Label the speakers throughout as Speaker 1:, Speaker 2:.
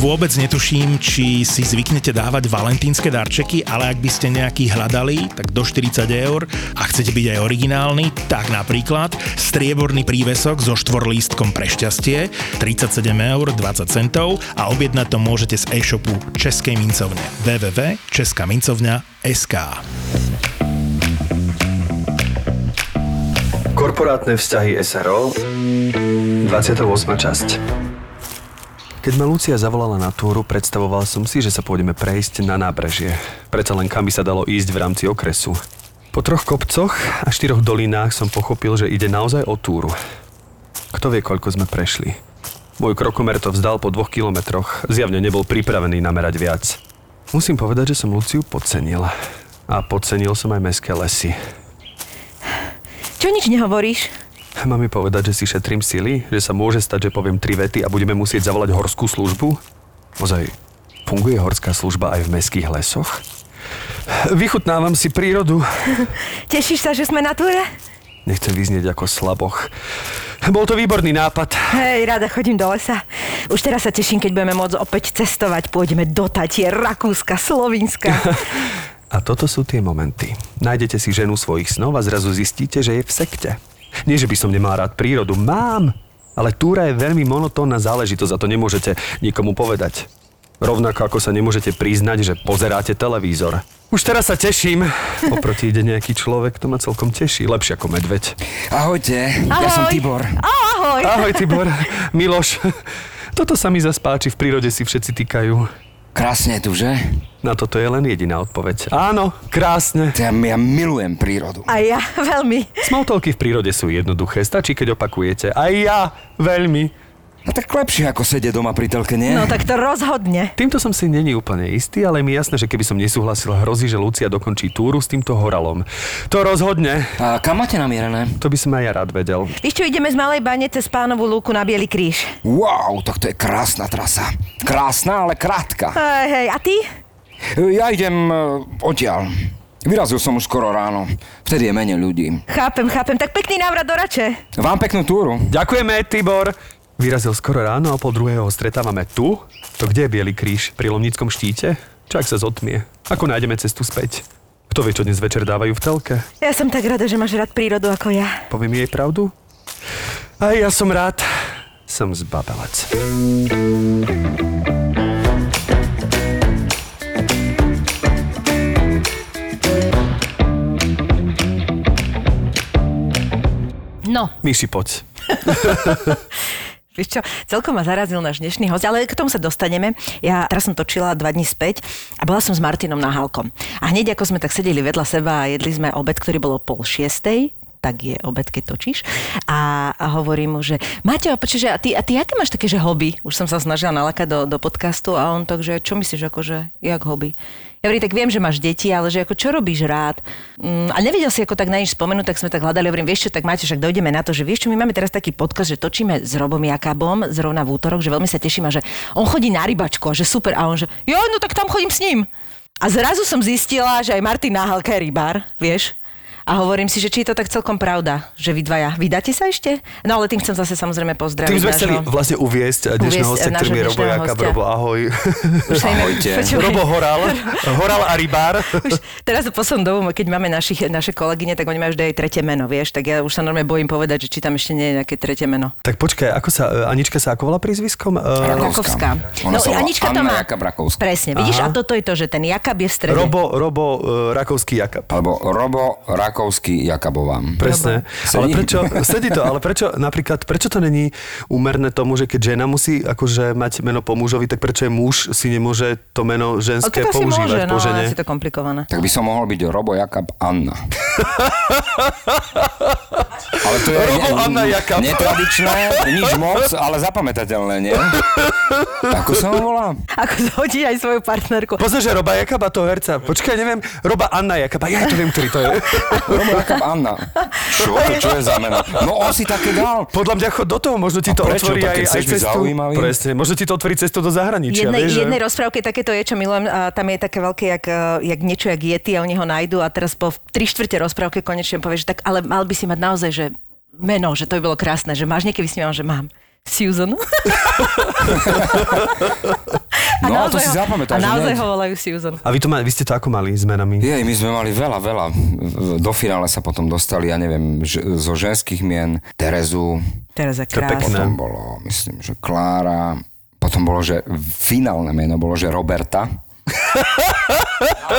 Speaker 1: vôbec netuším, či si zvyknete dávať valentínske darčeky, ale ak by ste nejaký hľadali, tak do 40 eur a chcete byť aj originálny, tak napríklad strieborný prívesok so štvorlístkom pre šťastie 37 eur 20 centov a objednať to môžete z e-shopu Českej mincovne www.českamincovňa.sk
Speaker 2: Korporátne vzťahy SRO 28. časť keď ma Lucia zavolala na túru, predstavoval som si, že sa pôjdeme prejsť na nábrežie. Preto len kam by sa dalo ísť v rámci okresu. Po troch kopcoch a štyroch dolinách som pochopil, že ide naozaj o túru. Kto vie, koľko sme prešli. Môj krokomer to vzdal po dvoch kilometroch. Zjavne nebol pripravený namerať viac. Musím povedať, že som Luciu podcenil. A podcenil som aj mestské lesy.
Speaker 3: Čo nič nehovoríš?
Speaker 2: Má mi povedať, že si šetrím sily? Že sa môže stať, že poviem tri vety a budeme musieť zavolať horskú službu? Ozaj, funguje horská služba aj v meských lesoch? Vychutnávam si prírodu.
Speaker 3: Tešíš sa, že sme na túre?
Speaker 2: Nechcem vyznieť ako slaboch. Bol to výborný nápad.
Speaker 3: Hej, rada chodím do lesa. Už teraz sa teším, keď budeme môcť opäť cestovať. Pôjdeme do Tatie, Rakúska, Slovinska.
Speaker 2: a toto sú tie momenty. Nájdete si ženu svojich snov a zrazu zistíte, že je v sekte. Nie, že by som nemal rád prírodu. Mám! Ale túra je veľmi monotónna záležitosť a to nemôžete nikomu povedať. Rovnako ako sa nemôžete priznať, že pozeráte televízor. Už teraz sa teším. Oproti ide nejaký človek, to ma celkom teší. Lepšie ako medveď.
Speaker 4: Ahojte, Ahoj. ja som Tibor.
Speaker 3: Ahoj.
Speaker 2: Ahoj Tibor. Miloš. Toto sa mi zaspáči, v prírode si všetci týkajú.
Speaker 4: Krásne tu, že?
Speaker 2: Na toto je len jediná odpoveď. Áno, krásne.
Speaker 4: Ja, ja milujem prírodu.
Speaker 3: A ja veľmi.
Speaker 2: Smalltalky v prírode sú jednoduché, stačí, keď opakujete. A ja veľmi.
Speaker 4: No tak lepšie ako sedieť doma pri telke, nie?
Speaker 3: No tak to rozhodne.
Speaker 2: Týmto som si není úplne istý, ale je mi jasné, že keby som nesúhlasil, hrozí, že Lucia dokončí túru s týmto horalom. To rozhodne.
Speaker 4: A kam máte namierené?
Speaker 2: To by som aj ja rád vedel.
Speaker 3: Víš čo, ideme z Malej Bane cez Pánovú lúku na Bielý kríž.
Speaker 4: Wow, tak to je krásna trasa. Krásna, ale krátka.
Speaker 3: Hej, hej, a ty?
Speaker 4: Ja idem e, odtiaľ. Vyrazil som už skoro ráno. Vtedy je menej ľudí.
Speaker 3: Chápem, chápem. Tak pekný návrat do Rače.
Speaker 4: Vám peknú túru.
Speaker 2: Ďakujeme, Tibor. Vyrazil skoro ráno a pol druhého ho stretávame tu? To kde je Bielý kríž? Pri Lomnickom štíte? Čak sa zotmie. Ako nájdeme cestu späť? Kto vie, čo dnes večer dávajú v telke?
Speaker 3: Ja som tak rada, že máš rád prírodu ako ja.
Speaker 2: Poviem jej pravdu? A ja som rád. Som zbabelec.
Speaker 3: No.
Speaker 2: Myši, poď.
Speaker 3: Vieš čo, celkom ma zarazil náš dnešný host, ale k tomu sa dostaneme. Ja teraz som točila dva dní späť a bola som s Martinom Nahalkom. A hneď ako sme tak sedeli vedľa seba a jedli sme obed, ktorý bolo pol šiestej, tak je obed, keď točíš. A, a hovorím mu, že Mateo, počuže, a ty, a ty aké máš také, že hobby? Už som sa snažila nalakať do, do podcastu a on tak, že čo myslíš, akože, jak hobby? Ja hovorím, tak viem, že máš deti, ale že ako čo robíš rád? Mm, a nevedel si ako tak na nič spomenúť, tak sme tak hľadali, hovorím, vieš čo, tak máte, však dojdeme na to, že vieš čo, my máme teraz taký podcast, že točíme s Robom Jakabom zrovna v útorok, že veľmi sa teším a že on chodí na rybačku a že super a on že jo, no tak tam chodím s ním. A zrazu som zistila, že aj Martin Náhalka je rybár, vieš? A hovorím si, že či je to tak celkom pravda, že vy dvaja vydáte sa ešte? No ale tým chcem zase samozrejme pozdraviť.
Speaker 2: Tým sme chceli vlastne uviesť dnešného hostia, ktorým je Robo Jakab. Robo, ahoj.
Speaker 4: Už Ahojte.
Speaker 2: Počúvaj. Robo Horal, Horal a Rybár.
Speaker 3: Už teraz v poslednú dobu, keď máme našich, naše kolegyne, tak oni majú vždy aj tretie meno, vieš, tak ja už sa normálne bojím povedať, že či tam ešte nie je nejaké tretie meno.
Speaker 2: Tak počkaj, ako sa, eh, Anička sa ako volá prízviskom? Eh,
Speaker 3: Rakovská.
Speaker 4: Ona
Speaker 3: No
Speaker 4: sa volá
Speaker 3: Anička to
Speaker 4: Anna
Speaker 3: má.
Speaker 4: Jakab Rakovská.
Speaker 3: Presne, vidíš, a toto je to, že ten Jakab je v strede.
Speaker 2: Robo, Robo, e, Rakovský Jakab.
Speaker 4: Alebo Robo Rakovský Jakabová.
Speaker 2: Presne. Ale
Speaker 4: Sedí.
Speaker 2: prečo, sedí to, ale prečo napríklad, prečo to není úmerné tomu, že keď žena musí akože mať meno po mužovi, tak prečo je muž si nemôže to meno
Speaker 3: Ale
Speaker 2: ženské
Speaker 3: tak asi môže,
Speaker 2: používať
Speaker 3: no,
Speaker 2: po žene?
Speaker 3: asi to komplikované.
Speaker 4: Tak by som mohol byť Robo Jakab Anna. ale to je
Speaker 2: Robo Anna Jakab.
Speaker 4: netradičné, nič moc, ale zapamätateľné, nie? Ako sa ho volá?
Speaker 3: Ako zhodí aj svoju partnerku.
Speaker 2: Poznáš, že Roba Jakaba toho herca. Počkaj, neviem, Roba Anna Jakaba, ja to viem, ktorý to je.
Speaker 4: Robo Jakab Anna. Čo to, čo je za meno? No on si také dal.
Speaker 2: Podľa mňa chod do toho, možno ti to
Speaker 4: prečo?
Speaker 2: otvorí
Speaker 4: Tak keď
Speaker 2: aj, aj
Speaker 4: chceš byť
Speaker 2: cestu.
Speaker 4: zaujímavý?
Speaker 2: Presne, možno ti to otvorí cestu do zahraničia.
Speaker 3: jednej,
Speaker 2: vieš, že-
Speaker 3: jednej rozprávke takéto je, čo milujem, a tam je také veľké, jak, e, jak niečo, jak Yeti a oni ho nájdu a teraz po v tri štvrte rozprávke konečne povie, že tak, ale mal by si mať naozaj, že meno, že to by bolo krásne, že máš niekedy si mám, že mám. Susan.
Speaker 4: Á, No,
Speaker 3: naozaj
Speaker 4: to si
Speaker 3: ho-
Speaker 4: zapamätáš,
Speaker 3: A naozaj
Speaker 4: hneď.
Speaker 3: ho volajú Susan.
Speaker 2: A vy, to ma, vy ste to ako mali s menami?
Speaker 4: Jej, my sme mali veľa, veľa. Do finále sa potom dostali, ja neviem, ž- zo ženských mien Terezu,
Speaker 2: je
Speaker 3: Tereza
Speaker 2: pekné.
Speaker 3: Krás.
Speaker 4: potom bolo, myslím, že Klára, potom bolo, že finálne meno bolo, že Roberta.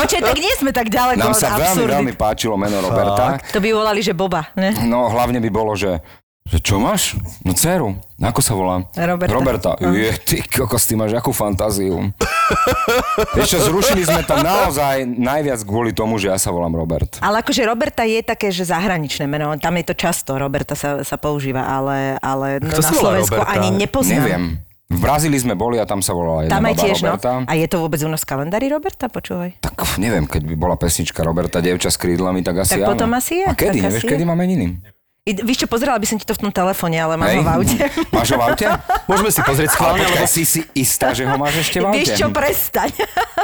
Speaker 3: Počkaj, tak nie sme tak ďaleko od
Speaker 4: Nám sa veľmi,
Speaker 3: absurdy.
Speaker 4: veľmi páčilo meno Roberta.
Speaker 3: To by volali, že Boba, ne?
Speaker 4: No hlavne by bolo, že, že čo máš? No dceru. Ako sa volá?
Speaker 3: Roberta.
Speaker 4: Roberta.
Speaker 3: No.
Speaker 4: Je, ty kokos, ty máš akú fantáziu. Vieš čo, zrušili sme to naozaj najviac kvôli tomu, že ja sa volám Robert.
Speaker 3: Ale akože Roberta je také, že zahraničné meno, tam je to často, Roberta sa, sa používa, ale, ale no,
Speaker 2: Kto
Speaker 3: na
Speaker 2: sa volá
Speaker 3: Slovensku
Speaker 2: Roberta?
Speaker 3: ani nepoznám.
Speaker 4: Neviem. V Brazílii sme boli a tam sa volala jedna
Speaker 3: Tam aj
Speaker 4: baba
Speaker 3: tiež, no.
Speaker 4: Roberta.
Speaker 3: A je to vôbec u nás v kalendári Roberta, počúvaj.
Speaker 4: Tak uf, neviem, keď by bola pesnička Roberta Dievča s krídlami, tak asi
Speaker 3: Tak
Speaker 4: áno.
Speaker 3: potom asi je,
Speaker 4: A kedy?
Speaker 3: tak
Speaker 4: Nevieš,
Speaker 3: asi je.
Speaker 4: kedy máme meniny?
Speaker 3: I, víš čo, pozerala by som ti to v tom telefóne, ale mám ho v aute.
Speaker 4: Máš ho v aute?
Speaker 2: Môžeme si pozrieť
Speaker 4: Ale
Speaker 2: schválne,
Speaker 4: počkaj,
Speaker 2: lebo...
Speaker 4: si si istá, že ho máš ešte v aute?
Speaker 3: Vieš čo, prestaň.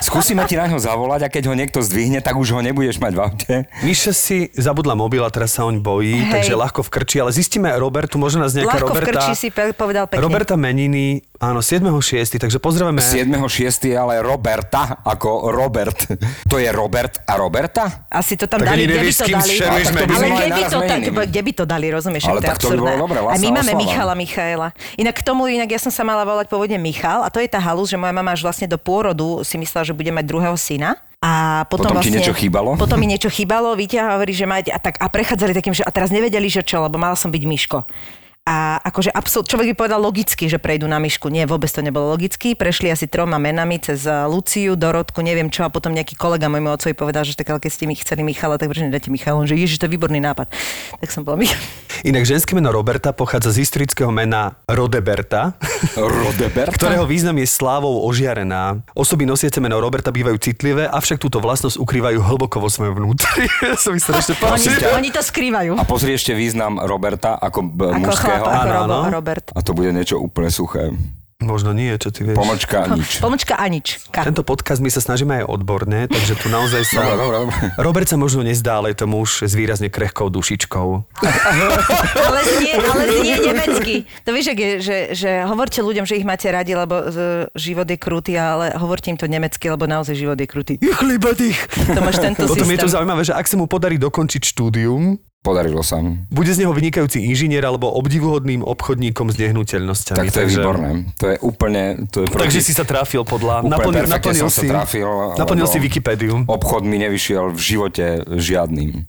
Speaker 4: Skúsime ti na ňo zavolať a keď ho niekto zdvihne, tak už ho nebudeš mať v aute.
Speaker 2: Míša si zabudla mobil a teraz sa oň bojí,
Speaker 3: Hej.
Speaker 2: takže ľahko vkrčí, ale zistíme Robertu, možno nás nejaká
Speaker 3: Ľahko
Speaker 2: Roberta...
Speaker 3: vkrčí si pe- povedal pekne.
Speaker 2: Roberta Meniny, áno, 7.6., takže pozdravujeme.
Speaker 4: 7.6. je ale Roberta ako Robert. To je Robert a Roberta?
Speaker 3: Asi to tam
Speaker 2: Tak
Speaker 3: dali,
Speaker 2: ani
Speaker 3: kde by
Speaker 2: nevieš, s
Speaker 3: to
Speaker 2: kým
Speaker 3: dali.
Speaker 2: šeruješ
Speaker 3: Ale
Speaker 4: menu. To by sme
Speaker 3: kde
Speaker 4: mali
Speaker 3: by
Speaker 4: naraz
Speaker 3: to, tak,
Speaker 4: meniny.
Speaker 3: kde by to dali, rozumieš?
Speaker 4: Ale
Speaker 3: však to je
Speaker 4: tak to by
Speaker 3: absurdné.
Speaker 4: bolo dobré,
Speaker 3: A my
Speaker 4: Lasa
Speaker 3: máme
Speaker 4: Oslava.
Speaker 3: Michala Michaela. Inak k tomu, inak ja som sa mala volať pôvodne Michal a to je tá halus, že moja mama až vlastne do pôrodu si myslela, že bude mať druhého syna. A potom,
Speaker 4: Potom ti
Speaker 3: vlastne,
Speaker 4: niečo chýbalo?
Speaker 3: Potom mi niečo chýbalo, Víťa hovorí, že mať, a, tak, a prechádzali takým, že a teraz nevedeli, že čo, lebo mala som byť Miško. A akože absol, človek by povedal logicky, že prejdú na myšku. Nie, vôbec to nebolo logicky. Prešli asi troma menami cez eh, Luciu, Dorotku, neviem čo. A potom nejaký kolega môjmu otcovi povedal, že tak, ale keď ste mi chceli Michala, tak prečo nedáte Michala? On že ježiš, to je výborný nápad. Tak som bola Michal.
Speaker 2: Inak ženské meno Roberta pochádza z historického mena Rodeberta,
Speaker 4: Rodebert?
Speaker 2: ktorého význam je slávou ožiarená. Osoby nosiace meno Roberta bývajú citlivé, avšak túto vlastnosť ukrývajú hlboko vo svojom vnútri. ja som strašne
Speaker 3: Oni,
Speaker 2: páčil.
Speaker 3: oni to skrývajú.
Speaker 4: A pozri ešte význam Roberta ako b-
Speaker 3: Ako
Speaker 4: mužského.
Speaker 3: chlap, ako
Speaker 2: áno,
Speaker 3: Robo,
Speaker 2: áno.
Speaker 3: Robert.
Speaker 4: A to bude niečo úplne suché.
Speaker 2: Možno nie, čo ty vieš.
Speaker 4: Pomočka
Speaker 3: No,
Speaker 4: nič.
Speaker 3: Pomočka Anič. Ka.
Speaker 2: Tento podcast my sa snažíme aj odborne, takže tu naozaj sa...
Speaker 4: Dobre, dobre, dobre.
Speaker 2: Robert sa možno nezdá, ale je to muž s výrazne krehkou dušičkou.
Speaker 3: Ale znie, ale znie nemecky. To vieš, ak je, že, že hovorte ľuďom, že ich máte radi, lebo e, život je krutý, ale hovorte im to nemecky, lebo naozaj život je krutý. Ich liebatých. To máš tento
Speaker 2: Potom je
Speaker 3: systém.
Speaker 2: to zaujímavé, že ak sa mu podarí dokončiť štúdium,
Speaker 4: Podarilo sa.
Speaker 2: bude z neho vynikajúci inžinier alebo obdivuhodným obchodníkom s nehnuteľnosťami.
Speaker 4: Tak to je
Speaker 2: Takže-
Speaker 4: výborné. To je úplne... To je proti-
Speaker 2: Takže si sa trafil podľa...
Speaker 4: Úplne
Speaker 2: Naplnil,
Speaker 4: perfektne
Speaker 2: naplnil,
Speaker 4: som sa
Speaker 2: si,
Speaker 4: trafil,
Speaker 2: naplnil
Speaker 4: lebo-
Speaker 2: si Wikipédiu.
Speaker 4: Obchod mi nevyšiel v živote žiadnym.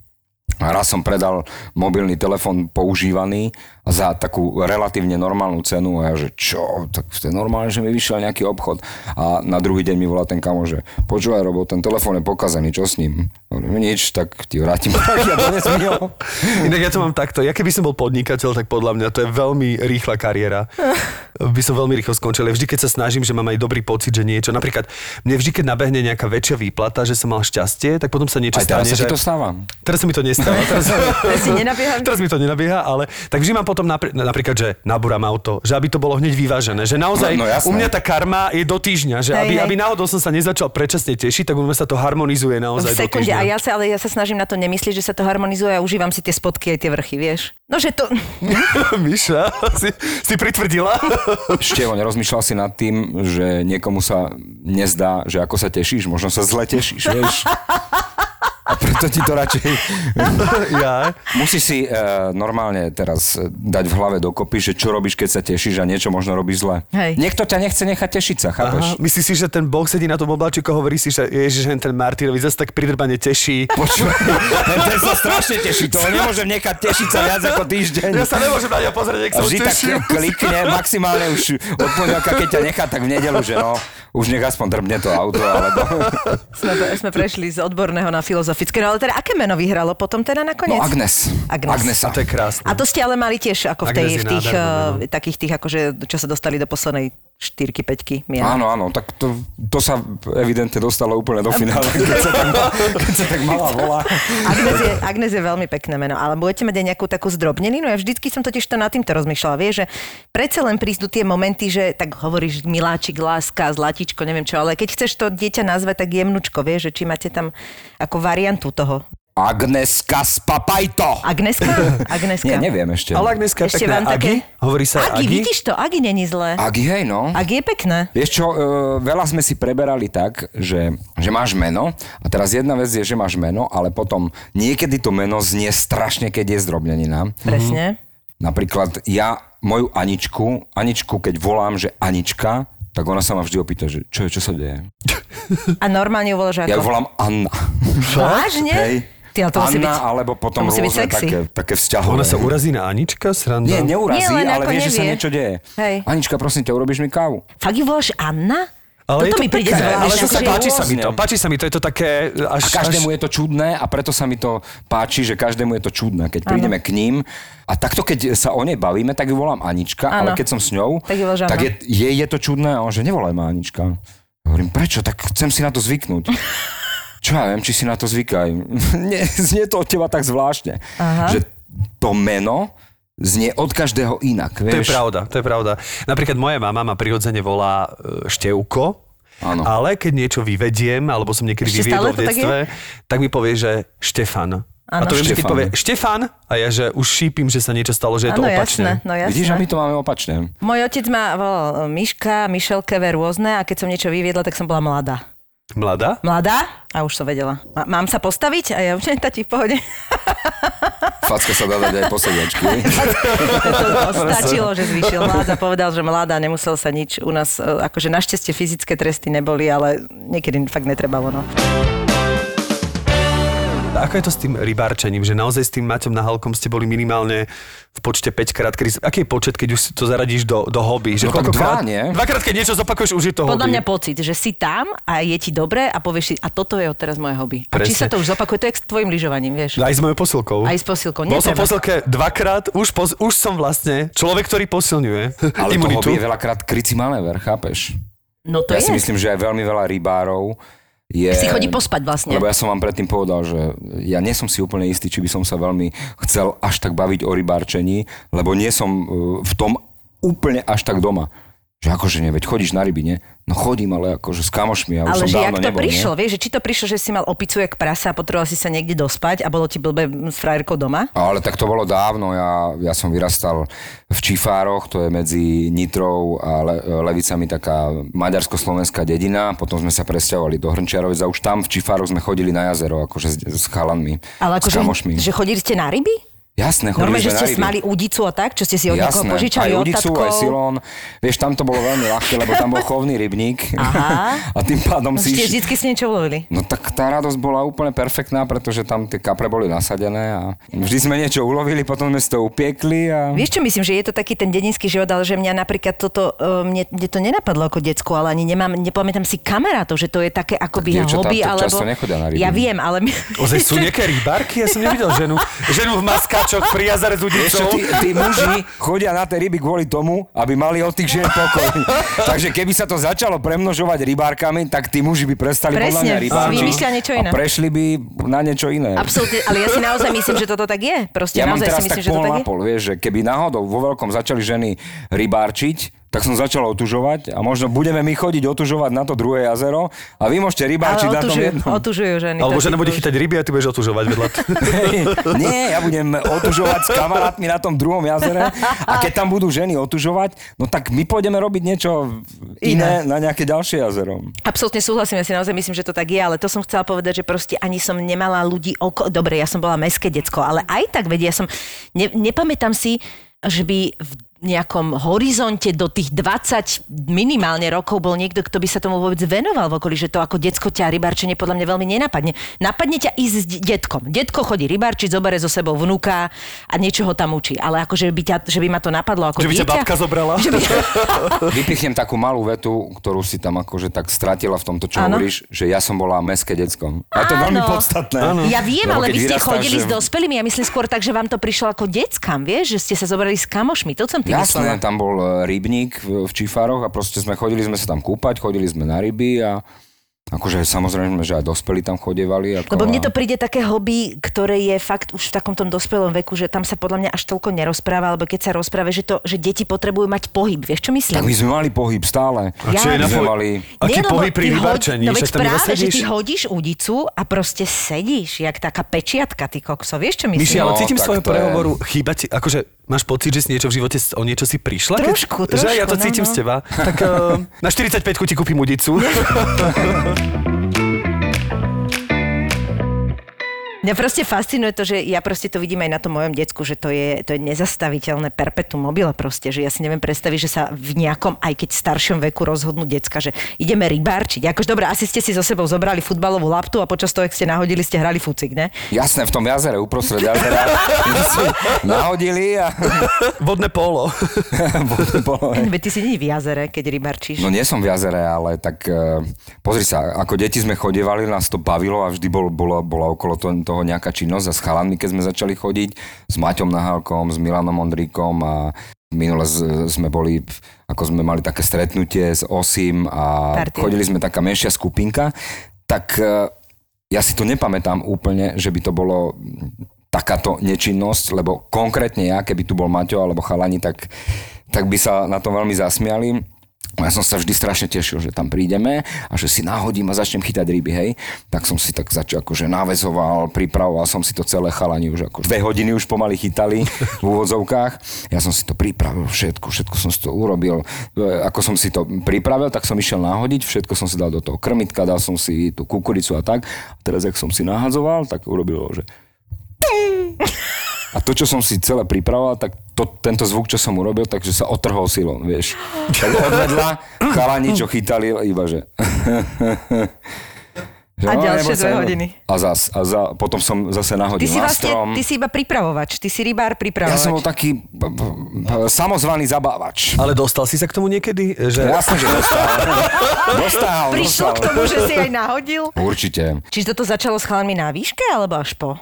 Speaker 4: A raz som predal mobilný telefón používaný za takú relatívne normálnu cenu a ja že čo, tak to je normálne, že mi vyšiel nejaký obchod. A na druhý deň mi volá ten kamo, že počúvaj Robo, ten telefón je pokazaný, čo s ním? Hovorím, nič, tak ti vrátim. Tak ja dones mi ho.
Speaker 2: Inak ja to mám takto. Ja keby som bol podnikateľ, tak podľa mňa to je veľmi rýchla kariéra. By som veľmi rýchlo skončil. Ja vždy, keď sa snažím, že mám aj dobrý pocit, že niečo. Napríklad, mne vždy, keď nabehne nejaká väčšia výplata, že som mal šťastie, tak potom sa niečo
Speaker 4: Aj teraz
Speaker 2: stane.
Speaker 4: sa ti
Speaker 2: že...
Speaker 4: to stáva.
Speaker 2: Teraz sa mi to nestáva. Teraz,
Speaker 3: Teraz si nenabieha?
Speaker 2: teraz mi to nenabieha, ale tak vždy mám potom napr- napríklad, že nabúram auto, že aby to bolo hneď vyvážené, že naozaj
Speaker 4: No, no, jasné.
Speaker 2: u mňa tá karma je do týždňa, že
Speaker 3: Hej,
Speaker 2: aby,
Speaker 3: hej.
Speaker 2: aby náhodou som sa nezačal predčasne tešiť, tak u mňa sa to harmonizuje
Speaker 3: v
Speaker 2: naozaj do
Speaker 3: sekunde.
Speaker 2: týždňa.
Speaker 3: A ja sa, ale ja sa snažím na to nemyslieť, že sa to harmonizuje a užívam si tie spodky aj tie vrchy, vieš. No, že to...
Speaker 2: Miša, si, si pritvrdila?
Speaker 4: Števo, nerozmýšľal si nad tým, že niekomu sa nezdá, že ako sa tešíš, možno sa zle tešíš, vieš. A preto ti to radšej
Speaker 2: ja.
Speaker 4: Musíš si e, normálne teraz e, dať v hlave dokopy, že čo robíš, keď sa tešíš a niečo možno robíš zle.
Speaker 3: Hej.
Speaker 4: Niekto ťa nechce nechať tešiť sa, chápeš?
Speaker 2: Aha, myslíš si, že ten Boh sedí na tom obláčiku a hovorí si, že ježiš, hen ten Martinovi zase tak pridrbane teší.
Speaker 4: Počúvaj, ten, ten sa strašne teší, toho nemôžem nechať tešiť sa viac ako týždeň.
Speaker 2: Ja sa nemôžem na ňa pozrieť, nech
Speaker 4: a
Speaker 2: sa
Speaker 4: vždy tak
Speaker 2: teší.
Speaker 4: klikne, maximálne už od pondelka, keď ťa nechá, tak v nedelu, že no, už nech aspoň drbne to auto, alebo...
Speaker 3: Sme, sme prešli z odborného na filozofické. No, ale teda, aké meno vyhralo potom teda nakoniec?
Speaker 4: No Agnes.
Speaker 3: Agnes.
Speaker 4: Agnesa.
Speaker 2: A to je krásne.
Speaker 3: A to ste ale mali tiež ako v, tej,
Speaker 2: Agnes je
Speaker 3: v tých,
Speaker 2: nádherné no.
Speaker 3: eh, takých tých, akože, čo sa dostali do poslednej štyrky, peťky mien.
Speaker 4: Áno, áno, tak to, to sa evidentne dostalo úplne do finále, keď sa tak, ma- keď sa tak mala volá.
Speaker 3: Agnes je, Agnes je veľmi pekné meno, ale budete mať aj nejakú takú zdrobneninu. Ja vždycky som totiž to nad týmto rozmýšľala. Vieš, že predsa len prídu tie momenty, že tak hovoríš miláčik, láska, zlatičko, neviem čo, ale keď chceš to dieťa nazvať, tak jemnučko, vieš, že či máte tam ako variantu toho.
Speaker 4: Agneska z Papajto.
Speaker 3: Agneska? Agneska.
Speaker 4: Nie, neviem ešte.
Speaker 2: Ale Agneska je
Speaker 3: Ešte
Speaker 2: pekná.
Speaker 3: vám také...
Speaker 2: Agi? Hovorí sa
Speaker 3: Agi,
Speaker 2: Agi? Mhm.
Speaker 3: vidíš to? Agi není zlé.
Speaker 4: Agi, hej, no.
Speaker 3: Agi je pekné.
Speaker 4: Vieš čo, e, veľa sme si preberali tak, že, že máš meno a teraz jedna vec je, že máš meno, ale potom niekedy to meno znie strašne, keď je zdrobnenina.
Speaker 3: Presne.
Speaker 4: Napríklad ja moju Aničku, Aničku, keď volám, že Anička, tak ona sa ma vždy opýta, že čo, je, čo sa deje.
Speaker 3: A normálne ju voláš ako?
Speaker 4: Ja ju volám Anna.
Speaker 3: Vážne?
Speaker 4: Hej.
Speaker 3: Ty, ale to musí byť...
Speaker 4: Anna, alebo potom
Speaker 3: to musí byť
Speaker 4: rôzne
Speaker 3: sexy.
Speaker 4: také, také vzťahové.
Speaker 2: Ona sa urazí na Anička, sranda?
Speaker 4: Nie, neurazí,
Speaker 3: Nie, len
Speaker 4: ale
Speaker 3: ako
Speaker 4: vieš, že sa
Speaker 3: nevie.
Speaker 4: niečo deje.
Speaker 3: Hej.
Speaker 4: Anička, prosím ťa, urobíš mi kávu?
Speaker 3: Fakt ju voláš Anna?
Speaker 2: Ale je to
Speaker 3: Toto No mi príde
Speaker 2: pekné,
Speaker 3: zvláštne.
Speaker 2: ale
Speaker 4: že
Speaker 2: to sa
Speaker 4: akože
Speaker 2: páči sa mi to,
Speaker 4: rôzne.
Speaker 2: páči sa mi to, je to také až...
Speaker 4: A každému
Speaker 2: až...
Speaker 4: je to čudné a preto sa mi to páči, že každému je to čudné, keď prídeme k ním. A takto, keď sa o nej bavíme, tak ju volám Anička,
Speaker 3: Áno.
Speaker 4: ale keď som s ňou,
Speaker 3: Tak ju voláš
Speaker 4: tak
Speaker 3: Anna.
Speaker 4: je, jej je to čudné, a on, že nevolaj ma Anička. Hovorím, prečo? Tak chcem si na to zvyknúť. Čo ja viem, či si na to zvykaj. Nie, znie to od teba tak zvláštne. Aha. Že to meno znie od každého inak. Vieš?
Speaker 2: To je pravda, to je pravda. Napríklad moja mama ma prirodzene volá e, Števko,
Speaker 4: Áno.
Speaker 2: ale keď niečo vyvediem, alebo som niekedy
Speaker 3: Ešte
Speaker 2: vyviedol v
Speaker 3: stále to tak
Speaker 2: detstve, tak, mi povie, že Štefan. A to viem, že keď
Speaker 4: Štefan.
Speaker 2: povie Štefan a ja, že už šípim, že sa niečo stalo, že je to
Speaker 3: Áno,
Speaker 2: opačne.
Speaker 3: jasné. No jasné.
Speaker 4: Vidíš, a my to máme opačne.
Speaker 3: Môj otec ma volal e, Miška, Mišelkeve, rôzne a keď som niečo vyviedla, tak som bola mladá.
Speaker 2: Mladá?
Speaker 3: Mladá? A už som vedela. Ma- mám sa postaviť? A ja už tati v pohode.
Speaker 4: Facka sa dá dať aj po sedačky.
Speaker 3: to stačilo, že zvyšil hlas a povedal, že mladá, nemusel sa nič u nás, e, akože našťastie fyzické tresty neboli, ale niekedy fakt netrebalo. No.
Speaker 2: Ako je to s tým rybárčením, že naozaj s tým Maťom Nahalkom ste boli minimálne v počte 5 krát, kedy, aký je počet, keď už si to zaradíš do, do hobby? Že
Speaker 4: No tak
Speaker 2: koľkokrát-
Speaker 4: dva, nie?
Speaker 2: Dvakrát, keď niečo zopakuješ, už je to
Speaker 3: Podľa
Speaker 2: hobby.
Speaker 3: mňa pocit, že si tam a je ti dobre a povieš si, a toto je odteraz moje hobby. A
Speaker 2: Presne.
Speaker 3: či
Speaker 2: No,
Speaker 3: sa to už zopakuje, to je jak s tvojim lyžovaním, vieš.
Speaker 2: Aj s mojou posilkou.
Speaker 3: Aj s posilkou,
Speaker 2: Bol som v
Speaker 3: netreba.
Speaker 2: posilke dvakrát, už, pos, už som vlastne človek, ktorý posilňuje
Speaker 4: Ale to
Speaker 2: imunitu.
Speaker 4: hobby je veľakrát krycí manéver, chápeš?
Speaker 3: No to
Speaker 4: ja
Speaker 3: je.
Speaker 4: si myslím, že aj veľmi veľa rybárov je...
Speaker 3: si chodí pospať vlastne.
Speaker 4: Lebo ja som vám predtým povedal, že ja nie som si úplne istý, či by som sa veľmi chcel až tak baviť o rybárčení, lebo nie som uh, v tom úplne až tak doma. Že akože nie, veď chodíš na ryby, nie? No chodím, ale akože s kamošmi, ja už
Speaker 3: Ale
Speaker 4: som
Speaker 3: že jak
Speaker 4: dávno
Speaker 3: to
Speaker 4: nebol,
Speaker 3: prišlo,
Speaker 4: Nie?
Speaker 3: vieš, že či to prišlo, že si mal opicu jak prasa a potreboval si sa niekde dospať a bolo ti blbe s frajerkou doma?
Speaker 4: Ale tak to bolo dávno, ja, ja som vyrastal v Čifároch, to je medzi Nitrou a Le, Levicami taká maďarsko-slovenská dedina, potom sme sa presťahovali do Hrnčiarovic a už tam v Čifároch sme chodili na jazero, akože s, s chalanmi,
Speaker 3: Ale
Speaker 4: s kamošmi.
Speaker 3: akože, že chodili ste na ryby?
Speaker 4: Jasné,
Speaker 3: Normálne,
Speaker 4: chodili
Speaker 3: že
Speaker 4: sme na
Speaker 3: ste
Speaker 4: ryby.
Speaker 3: mali údicu a tak, čo ste si od niekoho
Speaker 4: Jasné,
Speaker 3: požičali
Speaker 4: aj
Speaker 3: od
Speaker 4: udicu,
Speaker 3: tatkov?
Speaker 4: aj silón. Vieš, tam to bolo veľmi ľahké, lebo tam bol chovný rybník.
Speaker 3: Aha. No,
Speaker 4: A tým pádom si...
Speaker 3: Ste
Speaker 4: iš-
Speaker 3: vždycky si niečo ulovili.
Speaker 4: No tak tá radosť bola úplne perfektná, pretože tam tie kapre boli nasadené a vždy sme niečo ulovili, potom sme si to upiekli a...
Speaker 3: Vieš čo myslím, že je to taký ten dedinský život, ale že mňa napríklad toto, e, mne, mne to nenapadlo ako decku, ale ani nemám, nepamätám si kamarátov, že to je také akoby
Speaker 4: dievčatá
Speaker 3: hobby,
Speaker 4: tak
Speaker 3: alebo...
Speaker 4: často nechodia na ryby.
Speaker 3: ja viem, ale... My...
Speaker 2: Ozaj sú nejaké rybárky? Ja som nevidel ženu. Ženu v maskáčoch pri jazere s
Speaker 4: Vieš čo,
Speaker 2: udicou.
Speaker 4: tí, tí muži chodia na tie ryby kvôli tomu, aby mali od tých žien pokoj. Takže keby sa to začalo premnožovať rybárkami, tak tí muži by prestali podľa
Speaker 3: Presne,
Speaker 4: mňa rybárčiť.
Speaker 3: vymýšľa niečo iné.
Speaker 4: A prešli by na niečo iné.
Speaker 3: Absolútne, ale ja si naozaj myslím, že toto tak je. Proste
Speaker 4: Ja mám
Speaker 3: naozaj
Speaker 4: teraz
Speaker 3: si myslím,
Speaker 4: tak
Speaker 3: že to
Speaker 4: pol
Speaker 3: tak
Speaker 4: na
Speaker 3: je.
Speaker 4: pol, vieš, že keby náhodou vo veľkom začali ženy rybárčiť, tak som začal otužovať a možno budeme my chodiť otužovať na to druhé jazero a vy môžete
Speaker 3: Ale
Speaker 4: rybárčiť na tom
Speaker 3: otužujú,
Speaker 4: jednom.
Speaker 3: otužujú ženy.
Speaker 2: Alebo
Speaker 3: to
Speaker 2: žena
Speaker 3: si
Speaker 2: bude
Speaker 3: už-
Speaker 2: chytať ryby a ty budeš otužovať vedľa.
Speaker 4: Nie, ja budem otužovať s kamarátmi na tom druhom jazere a keď tam budú ženy otužovať, no tak my pôjdeme robiť niečo iné na nejaké ďalšie jazero.
Speaker 3: Absolútne súhlasím, ja si naozaj myslím, že to tak je, ale to som chcela povedať, že proste ani som nemala ľudí oko... Dobre, ja som bola meské decko, ale aj tak, vedia, ja som... Ne, nepamätám si, že by v nejakom horizonte do tých 20 minimálne rokov bol niekto, kto by sa tomu vôbec venoval v okolí, že to ako decko ťa rybarčenie podľa mňa veľmi nenapadne. Napadne ťa ísť s de- detkom. Detko chodí rybarčiť, zobere so sebou vnúka a niečo ho tam učí. Ale akože by, ťa, že by ma to napadlo ako
Speaker 2: Že by ťa
Speaker 3: dieťa.
Speaker 2: babka zobrala?
Speaker 3: Že by
Speaker 4: Vypichnem takú malú vetu, ktorú si tam akože tak stratila v tomto, čo
Speaker 3: Áno.
Speaker 4: hovoríš, že ja som bola meské deckom. A to je veľmi
Speaker 3: Áno.
Speaker 4: podstatné.
Speaker 3: Ja viem,
Speaker 4: Lebo
Speaker 3: ale
Speaker 4: Hm. No, keď
Speaker 3: vy ste
Speaker 4: vyrastáš,
Speaker 3: chodili
Speaker 4: že-
Speaker 3: s dospelými, ja myslím skôr tak, že vám to prišlo ako deckám, vieš, že ste sa zobrali s kamošmi, to som tým
Speaker 4: Jasné,
Speaker 3: myslela.
Speaker 4: tam bol e, rybník v, v Čifároch a proste sme chodili sme sa tam kúpať, chodili sme na ryby a Akože samozrejme, že aj dospelí tam chodevali. Ako no.
Speaker 3: Lebo mne
Speaker 4: a-
Speaker 3: to príde také hobby, ktoré je fakt už v takom tom dospelom veku, že tam sa podľa mňa až toľko nerozpráva, alebo keď sa rozpráva, že, to, že deti potrebujú mať pohyb. Vieš, čo
Speaker 4: Tak
Speaker 3: myslím?
Speaker 4: my sme mali pohyb stále.
Speaker 2: A čo je
Speaker 3: Ja-
Speaker 2: na
Speaker 4: My sme
Speaker 2: tvoj-
Speaker 4: mali...
Speaker 2: Aký
Speaker 3: lebo
Speaker 2: pohyb pri
Speaker 3: ty hod-
Speaker 2: vybarčení?
Speaker 3: No veď
Speaker 2: Však tam iba
Speaker 3: práve, že ty
Speaker 2: sedíš.
Speaker 3: hodíš udicu a proste sedíš, jak taká pečiatka, ty kokso. Vieš, čo myslím?
Speaker 2: Myši, ale
Speaker 4: No,
Speaker 2: cítim
Speaker 4: tak
Speaker 2: svojho
Speaker 4: to je-
Speaker 2: prehovoru, chýba ti, akože máš pocit, že si niečo v živote, o niečo si prišla?
Speaker 3: Trošku,
Speaker 2: že ja to
Speaker 3: trošku, no,
Speaker 2: cítim
Speaker 3: no.
Speaker 2: z teba. Tak uh, na 45 ti kúpim udicu.
Speaker 3: Mňa proste fascinuje to, že ja proste to vidím aj na tom mojom decku, že to je, to je nezastaviteľné perpetuum mobile proste, že ja si neviem predstaviť, že sa v nejakom, aj keď staršom veku rozhodnú decka, že ideme rybárčiť. Akože dobre, asi ste si so sebou zobrali futbalovú laptu a počas toho, ak ste nahodili, ste hrali fucik, ne?
Speaker 4: Jasné, v tom jazere uprostred jazera my si nahodili a
Speaker 2: Vodné polo.
Speaker 4: bolo...
Speaker 3: Veď ty si nie v jazere, keď rybarčíš.
Speaker 4: No nie som v jazere, ale tak e, pozri sa, ako deti sme chodevali, nás to bavilo a vždy bol, bola, bola okolo to, toho nejaká činnosť a s chalanmi, keď sme začali chodiť, s Maťom Nahálkom, s Milanom Ondríkom a minule z, sme boli, ako sme mali také stretnutie s Osim a
Speaker 3: Partia.
Speaker 4: chodili sme taká menšia skupinka, tak e, ja si to nepamätám úplne, že by to bolo mm, takáto nečinnosť, lebo konkrétne ja, keby tu bol Maťo alebo chalani, tak, tak by sa na to veľmi zasmiali. Ja som sa vždy strašne tešil, že tam prídeme a že si náhodím a začnem chytať ryby, hej. Tak som si tak začal, akože návezoval, pripravoval som si to celé chalani už ako dve hodiny už pomaly chytali v úvodzovkách. Ja som si to pripravil všetko, všetko som si to urobil. E, Ako som si to pripravil, tak som išiel nahodiť, všetko som si dal do toho krmitka, dal som si tú kukuricu a tak. A teraz, ak som si nahadzoval, tak urobilo, že a to, čo som si celé pripravoval, tak to, tento zvuk, čo som urobil, takže sa otrhol silou, vieš. Tak odvedla, chalani, čo chytali, iba že... Že
Speaker 3: A
Speaker 4: no,
Speaker 3: ďalšie
Speaker 4: neboj sa,
Speaker 3: dve
Speaker 4: neboj.
Speaker 3: hodiny.
Speaker 4: A, zas, a za, potom som zase
Speaker 3: Ty
Speaker 4: nahodil
Speaker 3: si,
Speaker 4: na
Speaker 3: vlastne,
Speaker 4: strom.
Speaker 3: ty si iba pripravovač, ty si rybár
Speaker 4: Ja som
Speaker 3: pripravovač.
Speaker 4: bol taký b- b- b- samozvaný zabávač.
Speaker 2: Ale dostal si sa k tomu niekedy? Že...
Speaker 4: Jasné, že dostal. dostal,
Speaker 3: Prišlo
Speaker 4: dostal.
Speaker 3: k tomu, že si aj nahodil.
Speaker 4: Určite.
Speaker 3: Čiže toto začalo s chalami na výške, alebo až po?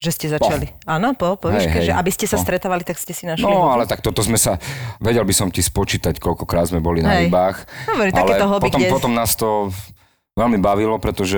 Speaker 3: Že ste začali. Áno, po, po
Speaker 4: Hej,
Speaker 3: výške,
Speaker 4: hej,
Speaker 3: že aby ste sa
Speaker 4: po.
Speaker 3: stretávali, tak ste si našli.
Speaker 4: No,
Speaker 3: hobby.
Speaker 4: ale tak toto sme sa... Vedel by som ti spočítať, koľkokrát sme boli na
Speaker 3: Hej.
Speaker 4: rybách.
Speaker 3: Dobre, takéto hobby,
Speaker 4: potom,
Speaker 3: kde-
Speaker 4: potom nás to veľmi bavilo, pretože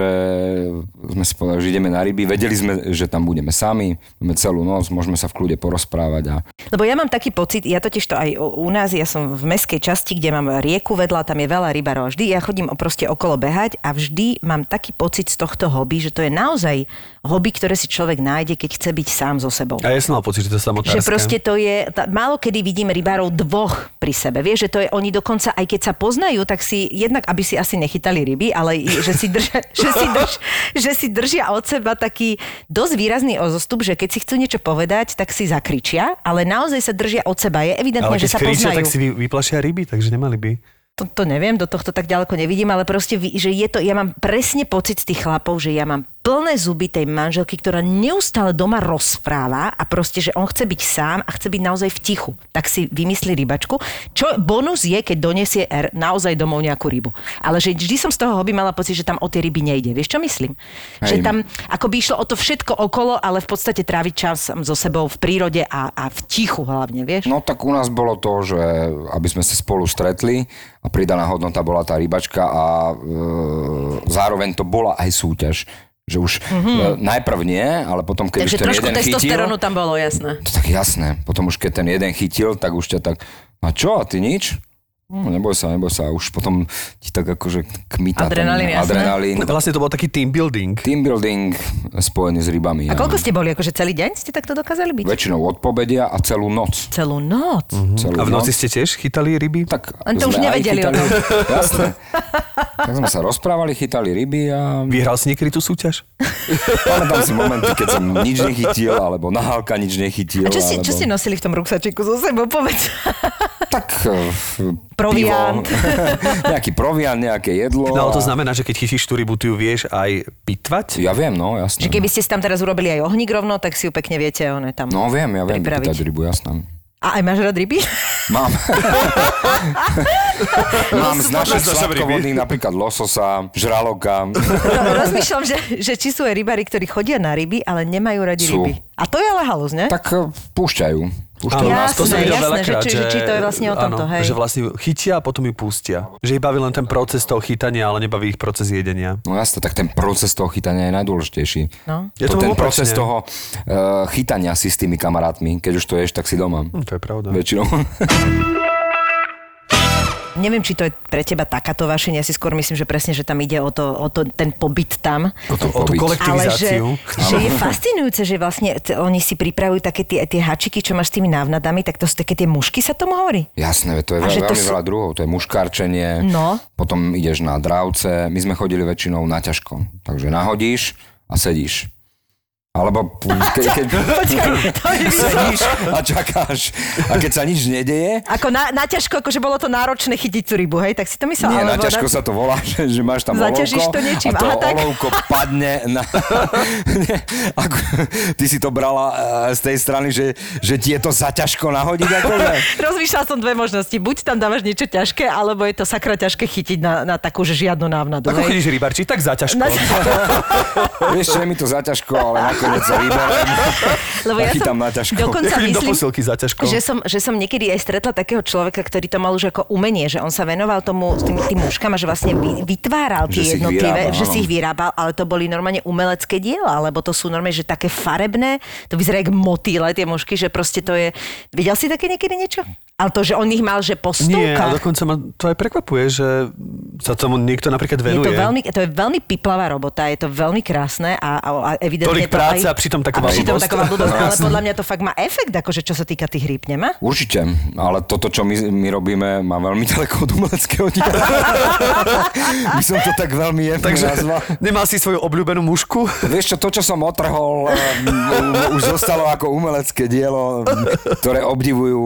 Speaker 4: sme si povedali, že ideme na ryby. Vedeli sme, že tam budeme sami. Budeme celú noc, môžeme sa v kľude porozprávať. A...
Speaker 3: Lebo ja mám taký pocit, ja totiž to aj u u nás, ja som v meskej časti, kde mám rieku vedľa, tam je veľa rybarov a vždy ja chodím o- proste okolo behať a vždy mám taký pocit z tohto hobby, že to je naozaj hobby, ktoré si človek nájde, keď chce byť sám so sebou.
Speaker 2: A ja som mal pocit, že to je samotárske.
Speaker 3: Že proste to je, tá, málo kedy vidím rybárov dvoch pri sebe. Vieš, že to je, oni dokonca, aj keď sa poznajú, tak si jednak, aby si asi nechytali ryby, ale i- že si, držia, že si, drž, že si držia od seba taký dosť výrazný ozostup, že keď si chcú niečo povedať, tak si zakričia, ale naozaj sa držia od seba. Je evidentné,
Speaker 2: Ale
Speaker 3: že
Speaker 2: keď
Speaker 3: sa
Speaker 2: kričia,
Speaker 3: poznajú.
Speaker 2: tak si vy, vyplašia ryby, takže nemali by.
Speaker 3: To, to neviem, do tohto tak ďaleko nevidím, ale proste, vi- že je to, ja mám presne pocit z tých chlapov, že ja mám plné zuby tej manželky, ktorá neustále doma rozpráva a proste, že on chce byť sám a chce byť naozaj v tichu. Tak si vymyslí rybačku. Čo bonus je, keď donesie R naozaj domov nejakú rybu. Ale že vždy som z toho hobby mala pocit, že tam o tie ryby nejde. Vieš, čo myslím? Že
Speaker 4: Hej.
Speaker 3: tam ako by išlo o to všetko okolo, ale v podstate tráviť čas so sebou v prírode a, a v tichu hlavne, vieš?
Speaker 4: No tak u nás bolo to, že aby sme sa spolu stretli a pridaná hodnota bola tá rybačka a e, zároveň to bola aj súťaž. Že už mm-hmm. e, najprv nie, ale potom
Speaker 3: Mhm.
Speaker 4: keď
Speaker 3: Takže
Speaker 4: už ten
Speaker 3: trošku
Speaker 4: jeden chytil...
Speaker 3: testosterónu tam bolo, jasné.
Speaker 4: To tak jasné. Potom už keď ten jeden chytil, tak už ťa tak, a čo, a ty nič? No, neboj sa, neboj sa. A už potom ti tak akože kmita
Speaker 3: Adrenalín,
Speaker 4: ten
Speaker 3: jasné. No.
Speaker 4: adrenalín.
Speaker 2: Vlastne to bol taký team building.
Speaker 4: Team building spojený s rybami.
Speaker 3: A
Speaker 4: áno.
Speaker 3: koľko ste boli? Akože celý deň ste takto dokázali byť?
Speaker 4: Väčšinou od pobedia a celú noc.
Speaker 3: Celú noc.
Speaker 4: Celú
Speaker 2: A v
Speaker 3: no.
Speaker 2: noci ste tiež chytali ryby?
Speaker 4: Tak
Speaker 3: Len to
Speaker 4: sme
Speaker 3: už
Speaker 4: aj
Speaker 3: nevedeli o
Speaker 4: chytali-
Speaker 3: tom.
Speaker 4: Jasné. Tak sme sa rozprávali, chytali ryby a
Speaker 2: Vyhral si niekedy tú súťaž?
Speaker 4: pamätám si momenty, keď som nič nechytil, alebo nahálka nič nechytil.
Speaker 3: A čo ste,
Speaker 4: alebo...
Speaker 3: čo no- ste nosili v tom ruksačiku so sebou, povedz.
Speaker 4: Tak eh,
Speaker 3: Proviant.
Speaker 4: pivo, nejaký proviant, nejaké jedlo.
Speaker 2: No ale to
Speaker 4: a-
Speaker 2: znamená, že keď chytíš tú rybu, ty ju vieš aj pitvať?
Speaker 4: Ja viem, no,
Speaker 3: Že
Speaker 4: jasné.
Speaker 3: keby ste si tam teraz urobili aj ohník rovno, tak si ju pekne viete, ono je tam.
Speaker 4: No viem, ja viem
Speaker 3: Pripraviť.
Speaker 4: vypýtať rybu, jasné.
Speaker 3: A aj máš rád ryby?
Speaker 4: Mám. Mám z našich
Speaker 2: nás naša
Speaker 4: sladkovodných napríklad lososa, žraloka.
Speaker 3: No, rozmýšľam, že, že či sú aj rybári, ktorí chodia na ryby, ale nemajú radi
Speaker 4: Sú.
Speaker 3: ryby. A to je ale halus, ne?
Speaker 4: tak eh, púšťajú. Už
Speaker 2: Áno,
Speaker 4: to...
Speaker 3: Ja-
Speaker 2: to som
Speaker 3: Jasné,
Speaker 2: videl
Speaker 3: jasné,
Speaker 2: veľakrát,
Speaker 3: že či- že či to je vlastne o tomto,
Speaker 2: áno,
Speaker 3: hej.
Speaker 2: Že vlastne ju chytia a potom ju pustia. Že ich baví len ten proces toho chytania, ale nebaví ich proces jedenia.
Speaker 4: No jasne, tak ten proces toho chytania je najdôležitejší.
Speaker 3: No.
Speaker 2: Ja to
Speaker 4: ten
Speaker 2: mám opačne.
Speaker 4: proces toho uh, chytania si s tými kamarátmi, keď už to ješ, tak si doma.
Speaker 2: Hm, to je pravda.
Speaker 4: Väčšinou.
Speaker 3: Neviem, či to je pre teba takáto vášeň, ja si skôr myslím, že presne, že tam ide o, to, o to, ten pobyt tam.
Speaker 2: O, tú, o tú
Speaker 4: pobyt.
Speaker 3: Ale že,
Speaker 2: kolektivizáciu.
Speaker 3: že je fascinujúce, že vlastne t- oni si pripravujú také tie, tie hačiky, čo máš s tými návnadami, tak to sú také tie mušky, sa tomu hovorí?
Speaker 4: Jasné, veď to je
Speaker 3: A
Speaker 4: veľ,
Speaker 3: že to
Speaker 4: veľmi
Speaker 3: sú-
Speaker 4: veľa druhov. To je muškárčenie,
Speaker 3: No.
Speaker 4: potom ideš na dravce. My sme chodili väčšinou na ťažko. Takže nahodíš a sedíš. Alebo ke, keď
Speaker 3: Počkaj, to je
Speaker 4: sedíš a čakáš. A keď sa nič nedeje,
Speaker 3: Ako na, na ťažko, akože bolo to náročné chytiť tú rybu, hej, tak si to myslel.
Speaker 4: Nie, na
Speaker 3: alebo
Speaker 4: ťažko sa to volá, že, že máš tam
Speaker 3: Zaťažíš
Speaker 4: olovko
Speaker 3: to niečím.
Speaker 4: a to
Speaker 3: Aha, tak.
Speaker 4: olovko padne na... Nie, ako, ty si to brala eh, z tej strany, že, že ti je to zaťažko nahodiť akože?
Speaker 3: Rozmýšľal som dve možnosti. Buď tam dávaš niečo ťažké, alebo je to sakra ťažké chytiť na, na takú, že žiadnu návnadu.
Speaker 2: Ako
Speaker 3: hej.
Speaker 2: No chodíš rybarčí, tak zaťažko.
Speaker 3: Na-
Speaker 4: Vieš, že je mi to zaťažko, ale nakoniec sa vyberiem.
Speaker 3: Lebo
Speaker 4: a
Speaker 3: ja
Speaker 4: chytám
Speaker 3: som
Speaker 4: na ťažko.
Speaker 2: Ja
Speaker 3: dokonca
Speaker 2: chodím do
Speaker 3: myslím,
Speaker 2: posilky zaťažko.
Speaker 3: Že som, že som niekedy aj stretla takého človeka, ktorý to mal už ako umenie, že on sa venoval tomu s tým, tým mužkám a že vlastne vy- vytváral
Speaker 4: Že si ich
Speaker 3: tie jednotlivé,
Speaker 4: vyrábal,
Speaker 3: že si
Speaker 4: áno.
Speaker 3: ich vyrábal, ale to boli normálne umelecké diela, lebo to sú normálne, že také farebné, to vyzerá jak motýle tie mužky, že proste to je... Videl si také niekedy niečo? Ale to, že on ich mal, že po
Speaker 2: Nie, ale
Speaker 3: stovkách.
Speaker 2: dokonca ma to aj prekvapuje, že sa tomu niekto napríklad
Speaker 3: Je
Speaker 2: venuje.
Speaker 3: to, veľmi, to je veľmi piplavá robota, je to veľmi krásne a, a, a evidentne
Speaker 2: Tolik
Speaker 3: to
Speaker 2: práce
Speaker 3: aj...
Speaker 2: a pritom taková
Speaker 3: pritom
Speaker 2: blbosť.
Speaker 3: taková blbosť, ale
Speaker 4: Krásne.
Speaker 3: podľa mňa to fakt má efekt, akože čo sa týka tých rýb, nemá?
Speaker 4: Určite, ale toto, čo my, my robíme, má veľmi ďaleko od umeleckého diela. By som to tak veľmi jemne
Speaker 2: Takže
Speaker 4: nazval.
Speaker 2: nemal si svoju obľúbenú mušku?
Speaker 4: Vieš čo, to, čo som otrhol, eh, m- už zostalo ako umelecké dielo, m, ktoré obdivujú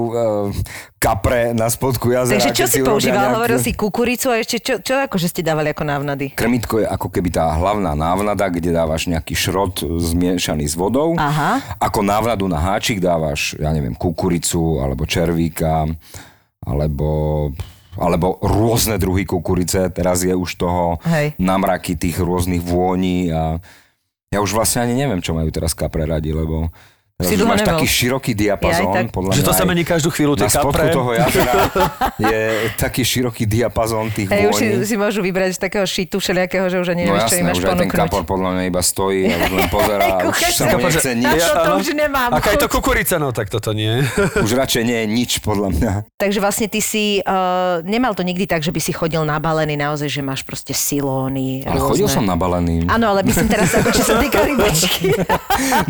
Speaker 4: eh, kapre na spodku jazera.
Speaker 3: Takže čo
Speaker 4: keď
Speaker 3: si
Speaker 4: urobia
Speaker 3: používal?
Speaker 4: nejaké-
Speaker 3: Hovoril si kukuricu a ešte čo, čo akože ste dávali ako návnady?
Speaker 4: Krmitko je ako keby tá hlavná návnada, kde dávaš nejaký šrot zmiešaný s vodou.
Speaker 3: Aha.
Speaker 4: Ako návnadu na háčik dávaš, ja neviem, kukuricu alebo červíka, alebo alebo rôzne druhy kukurice, teraz je už toho
Speaker 3: Hej.
Speaker 4: namraky tých rôznych vôní a ja už vlastne ani neviem, čo majú teraz kapre radi, lebo
Speaker 3: Si
Speaker 4: teraz už
Speaker 3: dlho
Speaker 4: máš
Speaker 3: nemal.
Speaker 4: taký široký
Speaker 3: Jaj,
Speaker 4: diapazón,
Speaker 3: tak-
Speaker 4: podľa
Speaker 2: Že to
Speaker 4: mňa
Speaker 2: sa
Speaker 4: aj
Speaker 2: mení každú chvíľu, tie
Speaker 4: na spodku
Speaker 2: kapre.
Speaker 4: toho jazera je taký široký diapazón tých
Speaker 3: Hej, už si,
Speaker 4: vôní.
Speaker 3: si môžu vybrať z takého šitu všelijakého, že už ani
Speaker 4: No
Speaker 3: nevieš, čo im
Speaker 4: jasné,
Speaker 3: máš
Speaker 4: už aj ten kapor
Speaker 3: ponúknuť.
Speaker 4: podľa mňa iba stojí a už len pozera,
Speaker 3: Aj
Speaker 4: už
Speaker 3: kúkaš
Speaker 4: sa
Speaker 3: sa.
Speaker 4: mu nechce
Speaker 3: Na
Speaker 4: nič.
Speaker 3: čo to
Speaker 2: áno.
Speaker 3: už nemám
Speaker 2: Aká je to
Speaker 3: chuť.
Speaker 2: kukurica? No tak toto nie.
Speaker 4: Už radšej nie je nič podľa mňa.
Speaker 3: Takže vlastne ty si uh, nemal to nikdy tak, že by si chodil nabalený naozaj, že máš proste silóny.
Speaker 4: Ale chodil som nabalený.
Speaker 3: Áno, ale myslím teraz, ako čo sa týka rybačky.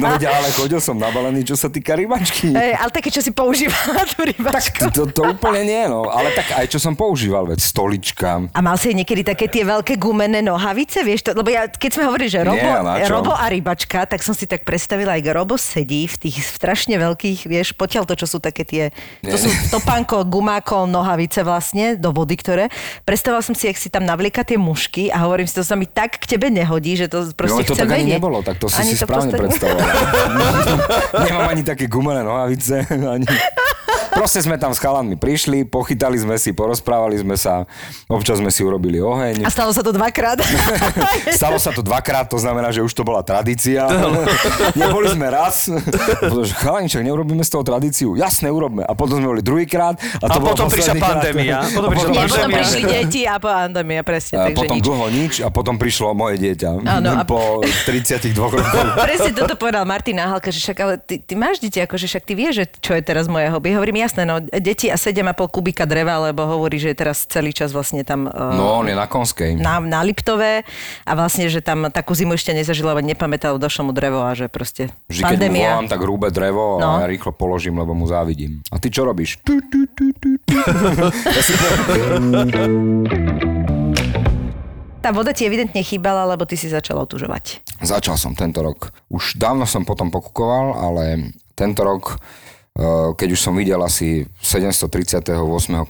Speaker 4: No veď, ale chodil som nabalený, čo sa týka rybačky.
Speaker 3: Hej, ale také, čo si používala tú rybačku.
Speaker 4: To, to úplne nie, no. Ale tak aj čo som používal, veď stolička.
Speaker 3: A mal si niekedy také tie veľké gumené nohavice, vieš to? Lebo ja, keď sme hovorili, že Robo,
Speaker 4: Nie, na čo?
Speaker 3: Robo a rybačka, tak som si tak predstavila, aj Robo sedí v tých strašne veľkých, vieš, potiaľ to, čo sú také tie, to
Speaker 4: Nie,
Speaker 3: sú
Speaker 4: nie.
Speaker 3: topánko, gumáko, nohavice vlastne, do vody, ktoré. Predstavila som si, jak si tam navlieka tie mušky a hovorím si, to sa mi tak k tebe nehodí, že to
Speaker 4: No
Speaker 3: proste
Speaker 4: to
Speaker 3: chcem
Speaker 4: tak ani
Speaker 3: vedieť.
Speaker 4: nebolo, tak to si si
Speaker 3: v
Speaker 4: správne
Speaker 3: podstate-
Speaker 4: predstavoval. Nemám ani také gumené nohavice. Ani... Proste sme tam s chalanmi prišli, pochytali sme si, porozprávali sme sa, občas sme si urobili oheň.
Speaker 3: A stalo sa to dvakrát.
Speaker 4: Stalo sa to dvakrát, to znamená, že už to bola tradícia. Neboli sme raz, pretože chalani, však neurobíme z toho tradíciu. Jasne, urobme. A potom sme boli druhýkrát.
Speaker 2: A
Speaker 4: A, to bolo
Speaker 2: potom prišla
Speaker 4: posledný krát.
Speaker 2: pandémia. Potom
Speaker 4: A
Speaker 2: prišla
Speaker 3: Nie, potom
Speaker 2: Pandémia.
Speaker 3: prišli deti a po pandémia, presne.
Speaker 4: A
Speaker 3: takže
Speaker 4: potom
Speaker 3: nič.
Speaker 4: dlho nič a potom prišlo moje dieťa.
Speaker 3: Áno, a-
Speaker 4: Po 32 rokoch.
Speaker 3: Presne toto povedal Martin Nahalka, že však, ale ty, ty máš dieťa, akože však ty vieš, že čo je teraz moje hobby. Hovorím, jasné, no, deti a 7,5 kubika dreva, lebo hovorí, že je teraz celý čas vlastne tam... eh,
Speaker 4: No, on je na Konskej.
Speaker 3: na, na Liptové a vlastne, že tam takú zimu ešte nezažila, lebo nepamätal, došlo mu drevo a že proste
Speaker 4: Vždy, keď mu
Speaker 3: pandémia.
Speaker 4: volám, tak hrúbe drevo
Speaker 3: No.
Speaker 4: a ja rýchlo položím, lebo mu závidím. A ty čo robíš? Tu, tu, tu, tu, tu. Ja si
Speaker 3: Tá voda ti evidentne chýbala, lebo ty si začal otužovať.
Speaker 4: Začal som tento rok. Už dávno som potom pokukoval, ale tento rok, e, keď už som videl asi 738.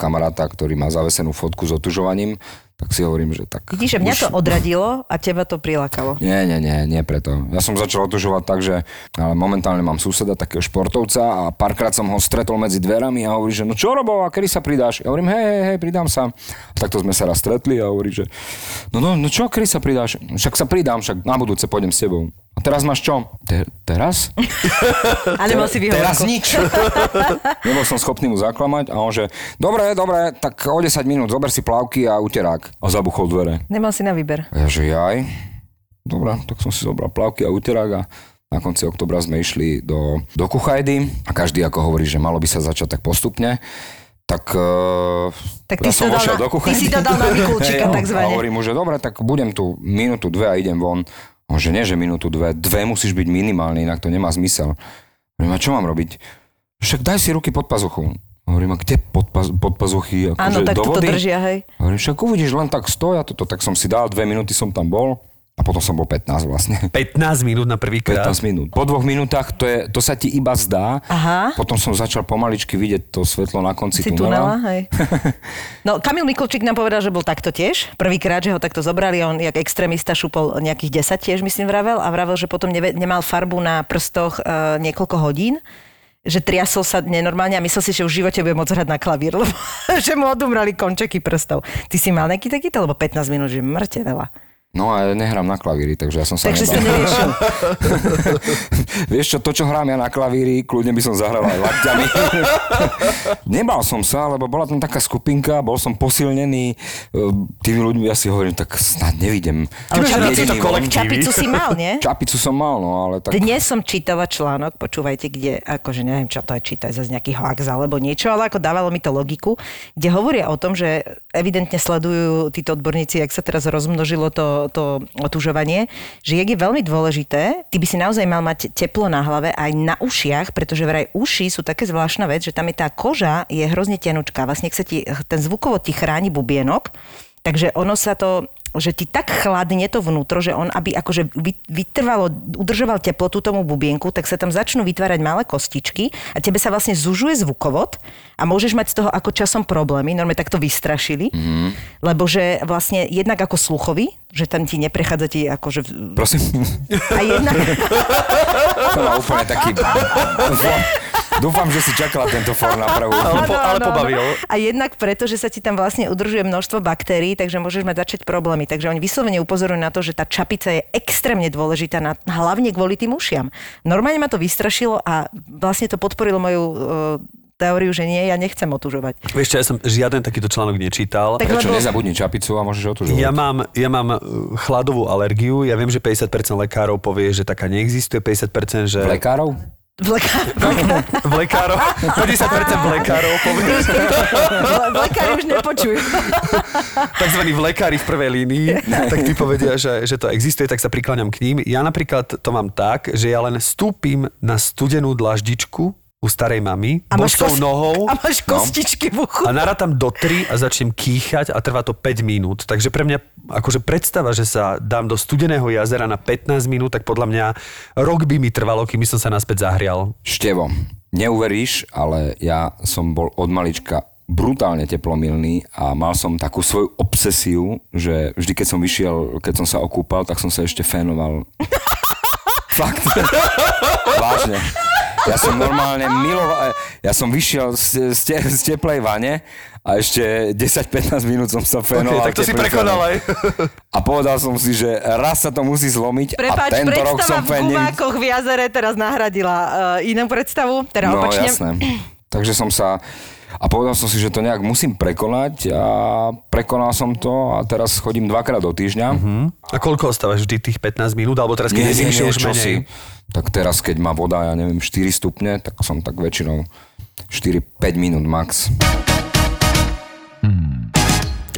Speaker 4: kamaráta, ktorý má zavesenú fotku s otužovaním, tak si hovorím, že tak...
Speaker 3: Vidíš, že mňa to odradilo a teba to prilákalo.
Speaker 4: Nie, nie, nie, nie preto. Ja som začal otužovať tak, že ale momentálne mám suseda, takého športovca a párkrát som ho stretol medzi dverami a hovorí, že no čo robo, a kedy sa pridáš? Ja hovorím, hej, hej, hej, pridám sa. A takto sme sa raz stretli a hovorí, že no, no, no čo, kedy sa pridáš? Však sa pridám, však na budúce pôjdem s tebou. A A teraz máš čo? Te, teraz?
Speaker 3: A nemal si výhovorku.
Speaker 4: Teraz nič. Nebol som schopný mu zaklamať a on že, dobre, dobre, tak o 10 minút zober si plavky a uterák. A zabuchol dvere.
Speaker 3: Nemal si na výber.
Speaker 4: A ja že jaj. Dobre, tak som si zobral plavky a uterák a na konci oktobra sme išli do, do Kuchajdy a každý ako hovorí, že malo by sa začať tak postupne. Tak, uh,
Speaker 3: Tak ty
Speaker 4: ja
Speaker 3: si to
Speaker 4: som
Speaker 3: dal
Speaker 4: vošiel
Speaker 3: na-
Speaker 4: do kuchyny.
Speaker 3: ty si to dal na Mikulčíka,
Speaker 4: Hej,
Speaker 3: takzvané.
Speaker 4: A hovorím mu, že dobre, tak budem tu minútu, dve a idem von. On že nie, že minútu, dve. Dve musíš byť minimálne, inak to nemá zmysel. Hovorím, a čo mám robiť? Však daj si ruky pod pazuchu. Hovorím, a kde pod, paz, pod pazuchy? Ako,
Speaker 3: Áno,
Speaker 4: že
Speaker 3: tak
Speaker 4: Akože do
Speaker 3: toto
Speaker 4: vody?
Speaker 3: držia, hej.
Speaker 4: Hovorím, však uvidíš, len tak stoja toto. Tak som si dal, dve minúty som tam bol a potom som bol 15 vlastne.
Speaker 2: 15 minút na prvýkrát.
Speaker 4: 15 minút. Po dvoch minútach to, je, to sa ti iba zdá.
Speaker 3: Aha.
Speaker 4: Potom som začal pomaličky vidieť to svetlo na konci
Speaker 3: Si tunela, hej. No, Kamil Mikulčík nám povedal, že bol takto tiež. Prvýkrát, že ho takto zobrali a on jak extrémista šupol nejakých 10 tiež, myslím, vravel. A vravel, že potom neve, nemal farbu na prstoch e, niekoľko hodín že triasol sa nenormálne a myslel si, že už v živote bude môcť hrať na klavír, lebo že mu odumrali končeky prstov. Ty si mal nejaký takýto, lebo 15 minút, že mŕte veľa.
Speaker 4: No a ja nehrám na klavíri, takže ja som sa
Speaker 3: Takže si to
Speaker 4: nebal.
Speaker 3: neriešil.
Speaker 4: Vieš čo, to čo hrám ja na klavíri, kľudne by som zahral aj lakťami. Nebal som sa, lebo bola tam taká skupinka, bol som posilnený ehm, tými ľuďmi, ja si hovorím, tak snad nevidím.
Speaker 3: Ale
Speaker 2: máš rád tieto
Speaker 4: Jediný von.
Speaker 2: kolektív.
Speaker 3: Čapicu si mal, nie?
Speaker 4: no, Čapicu som mal, no ale tak...
Speaker 3: Dnes som čítala článok, počúvajte, kde, akože neviem, čo to je čítať, zase nejaký hoax alebo niečo, ale ako dávalo mi to logiku, kde hovoria o tom, že evidentne sledujú títo odborníci, jak sa teraz rozmnožilo to, to otužovanie, že jak je veľmi dôležité, ty by si naozaj mal mať teplo na hlave aj na ušiach, pretože vraj uši sú také zvláštna vec, že tam je tá koža, je hrozne tenučká, vlastne ak sa ti, ten zvukovo ti chráni bubienok, takže ono sa to že ti tak chladne to vnútro, že on, aby akože vy- vytrvalo, udržoval teplotu tomu bubienku, tak sa tam začnú vytvárať malé kostičky a tebe sa vlastne zužuje zvukovod a môžeš mať z toho ako časom problémy. Normálne tak to vystrašili, mm. lebo že vlastne jednak ako sluchový, že tam ti neprechádza ti akože... v-
Speaker 4: Prosím,
Speaker 3: A jednak...
Speaker 4: to má úplne taký... Dúfam, že si čakala tento for na prvú.
Speaker 2: Ale po- ale pobavil.
Speaker 3: A jednak preto, že sa ti tam vlastne udržuje množstvo baktérií, takže môžeš mať začať problémy. Takže oni vyslovene upozorňujú na to, že tá čapica je extrémne dôležitá, na, hlavne kvôli tým ušiam. Normálne ma to vystrašilo a vlastne to podporilo moju e, teóriu, že nie, ja nechcem otužovať.
Speaker 2: Vieš čo, ja som žiaden takýto článok nečítal.
Speaker 3: Tak-
Speaker 4: Prečo
Speaker 3: lebo-
Speaker 4: nezabudni čapicu a môžeš otužovať?
Speaker 2: Ja mám, ja mám eh, chladovú alergiu, ja viem, že 50% lekárov povie, že taká neexistuje, 50% že...
Speaker 4: V lekárov?
Speaker 3: V lekár- v lekár-
Speaker 2: v lekárov, 50% v lekárov povie,
Speaker 3: v lekári už nepočujú.
Speaker 2: takzvaní vlekári v prvej línii, tak tí povedia, že, že to existuje, tak sa prikláňam k ním. Ja napríklad to mám tak, že ja len stúpim na studenú dlaždičku u starej mamy, bosou
Speaker 3: kos-
Speaker 2: nohou No.
Speaker 3: a máš kostičky v uchu.
Speaker 2: a narátam do 3 a začnem kýchať a trvá to 5 minút. Takže pre mňa akože predstava, že sa dám do studeného jazera na 15 minút, tak podľa mňa rok by mi trvalo, kým som sa naspäť zahrial.
Speaker 4: Števo, neuveríš, ale ja som bol od malička brutálne teplomilný a mal som takú svoju obsesiu, že vždy, keď som vyšiel, keď som sa okúpal, tak som sa ešte fénoval. Fakt. Vážne. Ja som normálne miloval, ja som vyšiel z, z, te- z teplej vane a ešte 10-15 minút som sa fénoval.
Speaker 2: tak to si
Speaker 4: teplým
Speaker 2: prekonal
Speaker 4: fénom.
Speaker 2: aj.
Speaker 4: A povedal som si, že raz sa to musí zlomiť a
Speaker 3: Prepač,
Speaker 4: tento rok
Speaker 3: predstava
Speaker 4: som
Speaker 3: v
Speaker 4: fén nevidel.
Speaker 3: gumákoch v jazere teraz nahradila e, inú predstavu, teda
Speaker 4: No
Speaker 3: opačne.
Speaker 4: jasné. Takže som sa... A povedal som si, že to nejak musím prekonať a prekonal som to a teraz chodím dvakrát do týždňa. Mm-hmm.
Speaker 2: A koľko ostávaš vždy tých 15 minút, alebo teraz, keď Mhm. je zimšie, už menej?
Speaker 4: Tak teraz, keď má voda, ja neviem, 4 stupne, tak som tak väčšinou 4-5 minút max.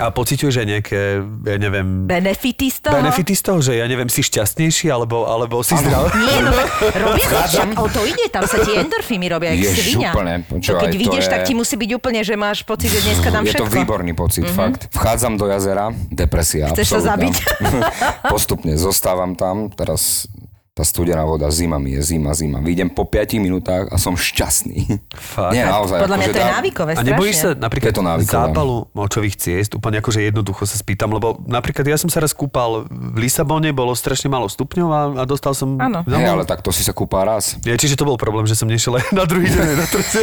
Speaker 2: A pociťuješ aj nejaké, ja neviem,
Speaker 3: Benefity z toho?
Speaker 2: benefity z toho, že ja neviem, si šťastnejší, alebo, alebo si zdravý?
Speaker 3: Nie, no tak robia to však, o to ide, tam sa tie endorfíny robia, jak
Speaker 4: Ježiš,
Speaker 3: svinia.
Speaker 4: úplne,
Speaker 3: to
Speaker 4: počúvaj,
Speaker 3: keď
Speaker 4: to
Speaker 3: vidieš,
Speaker 4: je-
Speaker 3: tak ti musí byť úplne, že máš pocit, že dneska dám
Speaker 4: je
Speaker 3: všetko. Mhm.
Speaker 4: to výborný pocit, mm-hmm. fakt. Vchádzam do jazera, depresia.
Speaker 3: Chceš sa
Speaker 4: absolútna.
Speaker 3: zabiť?
Speaker 4: Postupne zostávam tam, teraz tá studená voda, zima mi je, zima, zima. Vyjdem po 5 minútach a som šťastný.
Speaker 2: Fakt?
Speaker 4: Nie, naozaj.
Speaker 3: Podľa mňa
Speaker 4: akože
Speaker 3: to je
Speaker 4: dá-
Speaker 3: návykové
Speaker 2: A nebojíš sa
Speaker 3: strašne.
Speaker 2: napríklad
Speaker 4: Je to návykové.
Speaker 2: zápalu močových ciest? Úplne akože jednoducho sa spýtam, lebo napríklad ja som sa raz kúpal v Lisabone, bolo strašne málo stupňov a, a dostal som...
Speaker 3: Áno.
Speaker 2: za
Speaker 4: Hej,
Speaker 2: mnou-
Speaker 4: ale tak to si sa kúpa raz.
Speaker 2: Ja, čiže to bol problém, že som nešiel aj na druhý deň, aj na tretí.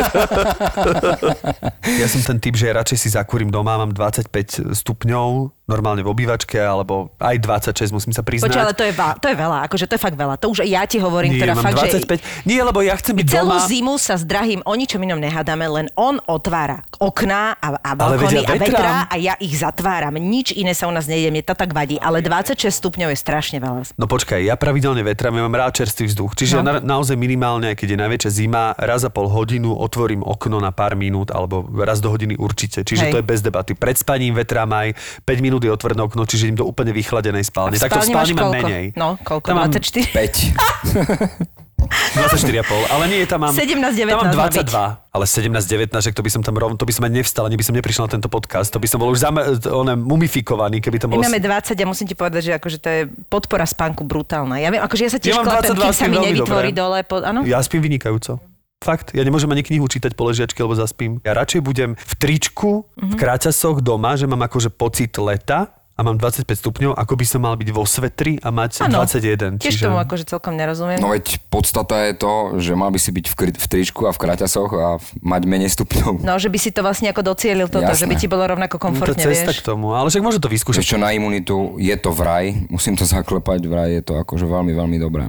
Speaker 2: ja som ten typ, že radšej si zakúrim doma, mám 25 stupňov, normálne v obývačke, alebo aj 26, musím sa priznať.
Speaker 3: Počkaj, ale to je, veľa, to je veľa, akože to je fakt veľa. To už aj ja ti hovorím,
Speaker 2: Nie,
Speaker 3: ktorá
Speaker 2: mám
Speaker 3: fakt,
Speaker 2: 25.
Speaker 3: že...
Speaker 2: Nie, lebo ja chcem byť
Speaker 3: Celú
Speaker 2: doma.
Speaker 3: zimu sa s drahým o ničom inom nehádame, len on otvára okná a, a
Speaker 2: Ale veď ja
Speaker 3: balkóny a vetrá
Speaker 2: vetrám.
Speaker 3: a ja ich zatváram. Nič iné sa u nás nejde, mne to tak vadí, ale 26 stupňov je strašne veľa.
Speaker 2: No počkaj, ja pravidelne vetram, ja mám rád čerstvý vzduch. Čiže no. ja na, naozaj minimálne, aj keď je najväčšia zima, raz za pol hodinu otvorím okno na pár minút, alebo raz do hodiny určite. Čiže Hej.
Speaker 3: Hej.
Speaker 2: to je bez debaty. Pred spaním vetram aj 5 minút je otvorené okno, čiže idem do úplne vychladenej spálne.
Speaker 3: V
Speaker 2: Takto
Speaker 3: spálni máš
Speaker 2: spálni mám
Speaker 3: koľko?
Speaker 2: menej.
Speaker 3: No, koľko?
Speaker 2: Tam mám
Speaker 3: 24?
Speaker 4: 5.
Speaker 2: 24,5, ale nie, tam mám,
Speaker 3: 17-19
Speaker 2: tam mám
Speaker 3: má byť.
Speaker 2: 22, ale 17-19, že to by som tam rovno, to by som aj nevstal, ani by som neprišiel na tento podcast, to by som bol už zam, oné, mumifikovaný, keby to
Speaker 3: My
Speaker 2: bolo...
Speaker 3: máme 20 a musím ti povedať, že akože to je podpora spánku brutálna. Ja viem, akože ja sa tiež
Speaker 2: mám
Speaker 3: klepem, kým sa
Speaker 2: spím
Speaker 3: mi
Speaker 2: veľmi
Speaker 3: nevytvorí
Speaker 2: dobre.
Speaker 3: dole. Po, ano?
Speaker 2: Ja spím vynikajúco. Fakt, ja nemôžem ani knihu čítať po ležiačke, lebo zaspím. Ja radšej budem v tričku, v
Speaker 3: Mhm.
Speaker 2: kráťasoch doma, že mám akože pocit leta a mám 25 stupňov, ako by som mal byť vo svetri a mať
Speaker 3: Áno.
Speaker 2: 21.
Speaker 3: Tiež
Speaker 2: čiže- no,
Speaker 3: tomu akože celkom nerozumiem.
Speaker 4: No veď podstata je to, že mal by si byť v, kri- v tričku a v kraťasoch a v- mať menej stupňov.
Speaker 3: No,
Speaker 4: No.
Speaker 3: že by si to vlastne ako docielil toto, že by ti
Speaker 4: Jasné.
Speaker 3: bolo
Speaker 2: No,
Speaker 3: rovnako
Speaker 2: to
Speaker 3: komfortne,
Speaker 2: je cesta k
Speaker 3: vieš.
Speaker 2: tomu, ale však môže to vyskúšať.
Speaker 4: Čo na imunitu je to vraj, musím to zaklepať, vraj je to akože veľmi, veľmi dobré.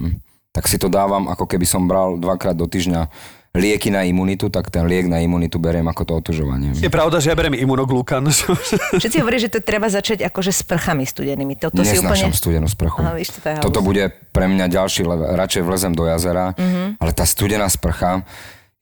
Speaker 4: Tak si to dávam, ako keby som bral dvakrát do týždňa lieky na imunitu, tak ten liek na imunitu beriem ako to otužovanie.
Speaker 2: Je pravda, že ja berem imunoglukan.
Speaker 3: Všetci hovorí, že to treba začať akože s prchami studenými. Toto si
Speaker 4: Nesnášam
Speaker 3: úplne...
Speaker 4: studenú sprchu.
Speaker 3: Aha, víš, toto je halus.
Speaker 4: Toto bude pre mňa ďalší, le- radšej vlezem do jazera, mm-hmm. ale tá studená sprcha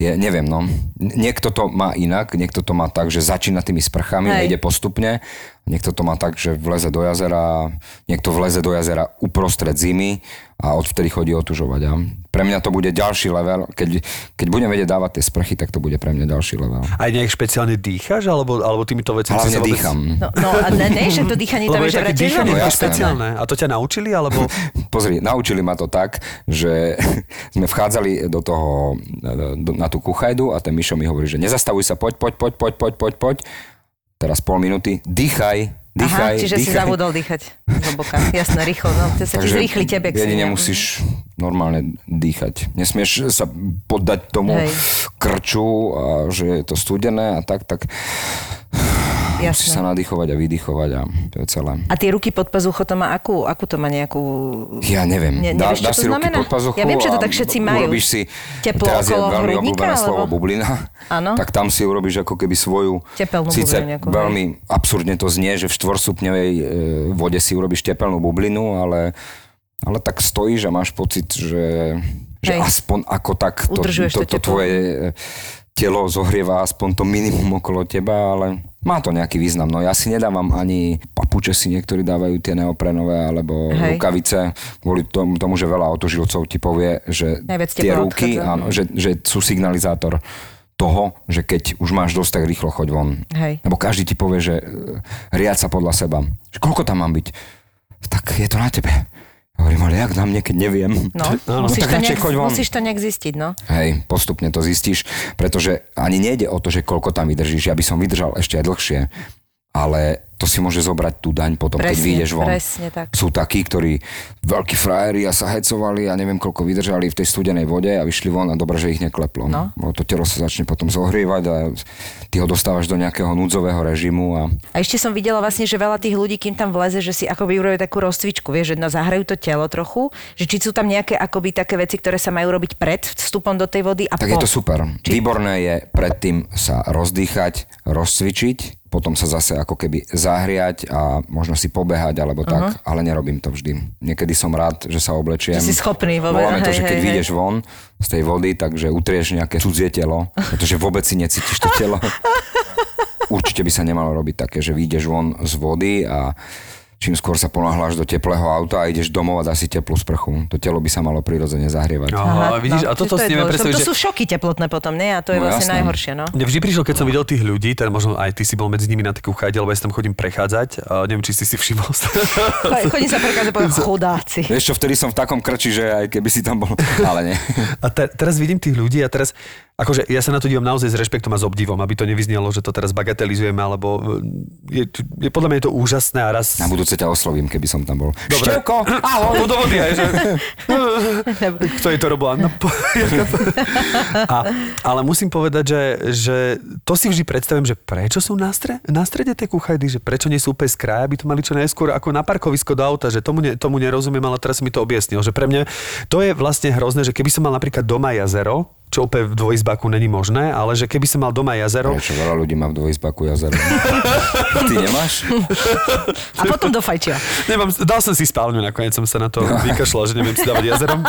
Speaker 4: je, neviem no, niekto to má inak, niekto to má tak, že začína tými sprchami a
Speaker 3: Hej.
Speaker 4: ide postupne, niekto to má tak, že vleze do jazera, niekto vleze do jazera uprostred zimy a odvtedy chodí otužovať. A pre mňa to bude ďalší level, keď, keď budem vedieť dávať tie sprchy, tak to bude pre mňa ďalší level.
Speaker 2: Aj nejak špeciálne dýcháš, alebo, alebo týmito vecami
Speaker 4: Hlavne
Speaker 2: sa vôbec...
Speaker 4: dýcham.
Speaker 3: No, no a ne, ne, že to dýchanie tam
Speaker 2: Lebo je
Speaker 3: je, že
Speaker 2: také
Speaker 3: vraj tiež
Speaker 2: dýchanie
Speaker 4: No
Speaker 2: také
Speaker 4: jasné,
Speaker 2: špeciálne. A to ťa naučili, alebo...
Speaker 4: Pozri, naučili ma to tak, že sme vchádzali do toho, do, na tú kuchajdu a ten Mišo mi hovorí, že nezastavuj sa, poď, poď, poď, poď, poď, poď, poď. Teraz pol minúty, dýchaj, dýchaj,
Speaker 3: Aha, čiže
Speaker 4: dýchaj.
Speaker 3: si zabudol dýchať zhlboka. Jasné, rýchlo. No, to sa ti zrýchli tebe.
Speaker 4: jedine musíš normálne dýchať. Nesmieš sa poddať tomu
Speaker 3: Hej.
Speaker 4: krču, a že je to studené a tak, tak musíš sa
Speaker 3: Jasné.
Speaker 4: nadýchovať a vydýchovať a to je celé.
Speaker 3: A tie ruky pod pazucho, to má akú, akú to má nejakú...
Speaker 4: Ja neviem.
Speaker 3: Ne-
Speaker 4: Dá-
Speaker 3: nevieš, čo
Speaker 4: dáš
Speaker 3: to
Speaker 4: si ruky
Speaker 3: znamená?
Speaker 4: pod pazuchu
Speaker 3: Ja viem, že to
Speaker 4: a
Speaker 3: tak všetci majú.
Speaker 4: Urobíš si,
Speaker 3: Teplo
Speaker 4: teraz je
Speaker 3: okolo
Speaker 4: veľmi
Speaker 3: hrudníka,
Speaker 4: obľúbené
Speaker 3: alebo-
Speaker 4: slovo bublina.
Speaker 3: Áno.
Speaker 4: Tak tam si urobíš ako keby svoju,
Speaker 3: Tepelnú
Speaker 4: síce
Speaker 3: bublinu nejakú,
Speaker 4: veľmi absurdne to znie, že v štvorsupňovej e, vode si urobíš tepelnú bublinu, ale, ale tak stojíš a máš pocit, že, že
Speaker 3: Hej.
Speaker 4: aspoň ako tak to,
Speaker 3: Udržuješ
Speaker 4: to,
Speaker 3: to
Speaker 4: to,
Speaker 3: teplo.
Speaker 4: tvoje e, telo zohrieva aspoň to minimum okolo teba, ale má to nejaký význam. No ja si nedávam ani papuče si niektorí dávajú tie neoprenové alebo
Speaker 3: Hej.
Speaker 4: Hej. rukavice, kvôli tomu, tomu, že veľa otožilcov ti povie, že
Speaker 3: Najviac
Speaker 4: tie
Speaker 3: tepla
Speaker 4: ruky,
Speaker 3: odchádza.
Speaker 4: áno, že, že sú signalizátor toho, že keď už máš dosť, tak rýchlo choď von.
Speaker 3: Hej.
Speaker 4: Lebo každý ti povie, že e, riad sa podľa seba. Že koľko tam mám byť? Tak je to na tebe. Ja Hovorím, ale jak na mne, keď neviem.
Speaker 3: No,
Speaker 4: No,
Speaker 3: musíš, to
Speaker 4: tak radšej
Speaker 3: nejak,
Speaker 4: choď von.
Speaker 3: musíš to nejak zistiť, no.
Speaker 4: Hej, postupne to zistíš, pretože ani nejde o to, že koľko tam vydržíš. Ja by som vydržal ešte aj dlhšie, ale to si môže zobrať tú daň potom, keď
Speaker 3: Presne,
Speaker 4: vyjdeš von.
Speaker 3: presne tak.
Speaker 4: Sú takí, ktorí veľkí frajeri a sa hecovali a neviem koľko vydržali v tej studenej vode a vyšli von a dobre, že ich nekleplo.
Speaker 3: No.
Speaker 4: Bo to telo sa začne potom zohrievať a ty ho dostávaš do nejakého núdzového režimu a
Speaker 3: A ešte som videla vlastne, že veľa tých ľudí, kým tam vleze, že si akoby urobia takú rozcvičku, vieš, že no, zahrajú to telo trochu, že či sú tam nejaké akoby také veci, ktoré sa majú robiť pred vstupom do tej vody a
Speaker 4: Tak
Speaker 3: po.
Speaker 4: je to super. Či... Výborné je predtým sa rozdýchať, rozcvičiť, potom sa zase ako keby zahriať a možno si pobehať alebo tak, ale nerobím to vždy. Niekedy som rád, že sa
Speaker 3: Mhm.
Speaker 4: oblečiem.
Speaker 3: Že si schopný vôbec,
Speaker 4: Voláme to,
Speaker 3: hej,
Speaker 4: že keď
Speaker 3: hej,
Speaker 4: vyjdeš von z tej vody, takže utrieš nejaké cudzie telo, pretože vôbec si necítiš to telo. Určite by sa nemalo robiť také, že vyjdeš von z vody a čím skôr sa ponáhľaš do teplého auta a ideš domov a dá si teplú sprchu. To telo by sa malo prirodzene zahrievať.
Speaker 2: Aha, No, vidíš, a
Speaker 3: no, čiže
Speaker 2: toto
Speaker 3: to je
Speaker 2: si neviem
Speaker 3: dôležité.
Speaker 2: predstaviť,
Speaker 3: To
Speaker 2: že...
Speaker 3: sú šoky teplotné potom, nie? A to je
Speaker 4: No
Speaker 3: vlastne
Speaker 4: jasné.
Speaker 3: najhoršie, no.
Speaker 2: Mne vždy prišlo, keď som videl tých ľudí, teda možno aj ty si bol medzi nimi na tej kuchajde, lebo ja sa tam chodím prechádzať. A neviem, či si si všimol.
Speaker 3: Cho- Chodí sa prekázať povedať chudáci.
Speaker 4: Vieš čo, vtedy som v takom krči, že aj keby si tam bol, ale nie.
Speaker 2: a te, teraz vidím tých ľudí a teraz Akože ja sa na to dívam naozaj s rešpektom a s obdivom, aby to nevyznelo, že to teraz bagatelizujeme, alebo e, je, je podľa mňa je to úžasné a raz...
Speaker 4: Na budúce ťa oslovím, keby som tam bol.
Speaker 2: Dobre.
Speaker 4: Števko, ahoj!
Speaker 2: No do vody, aj, že... Kto je to robil? Anna Po- a, ale musím povedať, že, že to si vždy predstavím, že prečo sú na, stre, na strede tie kuchajdy, že prečo nie sú úplne z kraja, aby to mali čo najskôr ako na parkovisko do auta, že tomu, ne, tomu nerozumiem, ale teraz si mi to objasnil, že pre mňa to je vlastne hrozné, že keby som mal napríklad doma jazero, čo opäť v dvojizbaku není možné, ale že keby som mal doma jazero,
Speaker 4: Prečo veľa ľudí má v dvojizbaku jazero? Ty nemáš?
Speaker 3: A potom do fajčia.
Speaker 2: Nemám, dal som si spálňu, nakoniec som sa na to vykašľal, že neviem si dávať jazerom.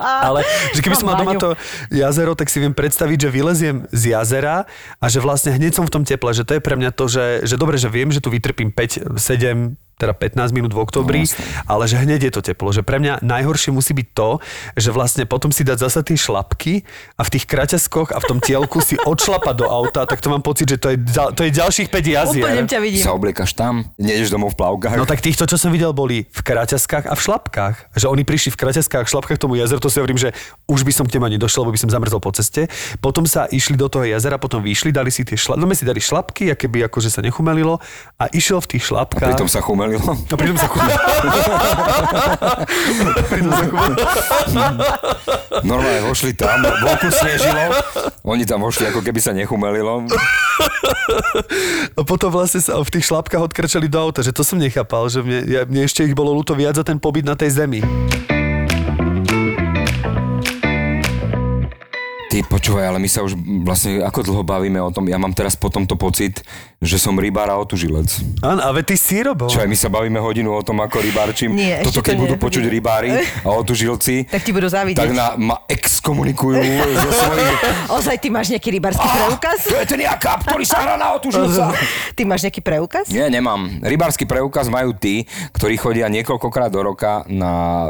Speaker 2: Ale že keby som mal doma to jazero, tak si viem predstaviť, že vyleziem z jazera a že vlastne hneď som v tom teple, že to je pre mňa to, že, že dobre, že viem, že tu vytrpím 5, 7, teda 15 minút v oktobri,
Speaker 4: No, jasné.
Speaker 2: ale že hneď je to teplo. Že pre mňa najhoršie musí byť to, že vlastne potom si dať zasa tie šlapky a v tých kraťaskoch a v tom tielku si odšlapa do auta, tak to mám pocit, že to je, ďal- to je ďalších 5 jazier.
Speaker 3: Úplne ťa vidím.
Speaker 4: Sa obliekaš tam? Nejdeš domov v plavkách?
Speaker 2: No tak týchto, čo som videl, boli v kraťaskách a v šlapkách. Že oni prišli v kraťaskách a v šlapkách k tomu jazeru, to si hovorím, že už by som k teba nedošiel, lebo by som zamrzol po ceste. Potom sa išli do toho jazera, potom vyšli, dali si tie šlapky, no my si dali šlapky, aké by akože sa nechumelilo a išiel v tých šlapkách.
Speaker 4: Pritom sa chumelilo.
Speaker 2: No pritom sa chumelilo. pritom sa chumelilo.
Speaker 4: Normálne vošli tam, vonku snežilo. Oni tam vošli, ako keby sa nechumelilo.
Speaker 2: A potom vlastne sa v tých šlapkách odkrčali do auta, že to som nechápal, že mne, ja, mne ešte ich bolo ľúto viac za ten pobyt na tej zemi.
Speaker 4: Ty počúvaj, ale my sa už vlastne ako dlho bavíme o tom. Ja mám teraz po tomto pocit, že som rybár a otužilec.
Speaker 2: Áno, a veď ty si robil.
Speaker 4: Čo aj my sa bavíme hodinu o tom, ako rybárčim.
Speaker 3: Nie, ešte
Speaker 4: Toto
Speaker 3: to
Speaker 4: keď
Speaker 3: nie.
Speaker 4: budú počuť rybári a otužilci,
Speaker 3: Tak ti budú závidieť.
Speaker 4: tak na, ma exkomunikujú zo svojich...
Speaker 3: Ozaj, ty máš nejaký rybársky
Speaker 4: Ah,
Speaker 3: preukaz?
Speaker 4: to je ten jaká, ktorý sa hrá na otužilca.
Speaker 3: Ty máš nejaký preukaz?
Speaker 4: Nie, nemám. Rybársky preukaz majú tí, ktorí chodia niekoľkokrát do roka na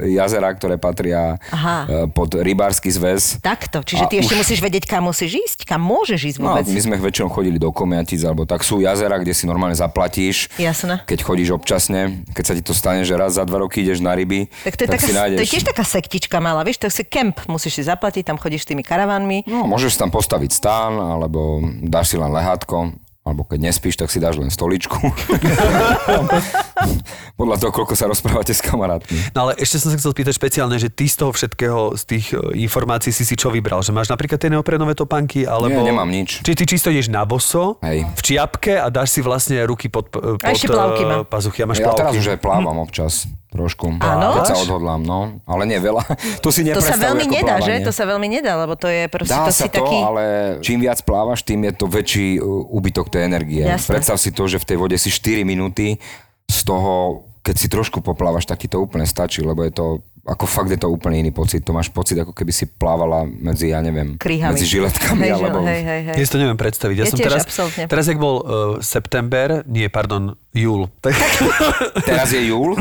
Speaker 4: e, jazera, ktoré patria
Speaker 3: Aha.
Speaker 4: Aha. pod rybársky zväz.
Speaker 3: Takto, čiže ty
Speaker 4: A
Speaker 3: ešte
Speaker 4: už-
Speaker 3: musíš vedieť, kam musíš ísť, kam môžeš ísť
Speaker 4: No,
Speaker 3: vôbec.
Speaker 4: my sme väčšinou chodili do Komiatic, alebo tak sú jazera, kde si normálne zaplatíš.
Speaker 3: Jasné.
Speaker 4: Keď chodíš občasne, keď sa ti to stane, že raz za dva roky ideš na ryby,
Speaker 3: Tak to je,
Speaker 4: tak
Speaker 3: taká,
Speaker 4: si nájdeš.
Speaker 3: to je tiež taká sektička malá, vieš, to je kemp, musíš si zaplatiť, tam chodíš s tými karavanmi.
Speaker 4: No, môžeš tam postaviť stán, alebo dáš si len lehátko, alebo keď nespíš, tak si dáš len stoličku. Podľa toho, koľko sa rozprávate s kamarátmi.
Speaker 2: No ale ešte som sa chcel spýtať špeciálne, že ty z toho všetkého, z tých e, informácií si si čo vybral? Že máš napríklad tie neoprenové topánky, alebo...
Speaker 4: Nie, nemám nič.
Speaker 2: Čiže ty čisto ideš na boso,
Speaker 4: Hej.
Speaker 2: v čiapke a dáš si vlastne ruky pod, pod
Speaker 3: A ešte plavky
Speaker 2: e,
Speaker 3: má.
Speaker 2: pazuchy. A máš
Speaker 4: Ja
Speaker 2: plavky.
Speaker 4: teraz už aj plávam občas, trošku.
Speaker 3: Áno?
Speaker 4: Keď sa odhodlám, no. Ale nie veľa. To si
Speaker 3: To sa
Speaker 4: nepredstavuj
Speaker 3: veľmi
Speaker 4: ako
Speaker 3: nedá, že?
Speaker 4: plávanie.
Speaker 3: To sa veľmi nedá, lebo to je proste,
Speaker 4: Dá
Speaker 3: to
Speaker 4: sa
Speaker 3: si
Speaker 4: to,
Speaker 3: taký...
Speaker 4: ale čím viac plávaš, tým je to väčší uh, úbytok tej energie.
Speaker 3: Jasné.
Speaker 4: Predstav si to, že v tej vode si 4 minúty z toho, keď si trošku poplávaš, tak ti to úplne stačí, lebo je to ako fakt je to úplne iný pocit. To máš pocit, ako keby si plávala medzi, ja neviem,
Speaker 3: Krihami.
Speaker 4: medzi žiletkami,
Speaker 3: hej, žil-
Speaker 4: alebo...
Speaker 3: hej, hej, hej.
Speaker 2: Ja si to neviem predstaviť. Ja,
Speaker 3: Ja
Speaker 2: som
Speaker 3: tiež
Speaker 2: teraz,
Speaker 3: absolútne.
Speaker 2: teraz, jak bol uh, september, nie, pardon, júl. Tak,
Speaker 4: Teraz je júl,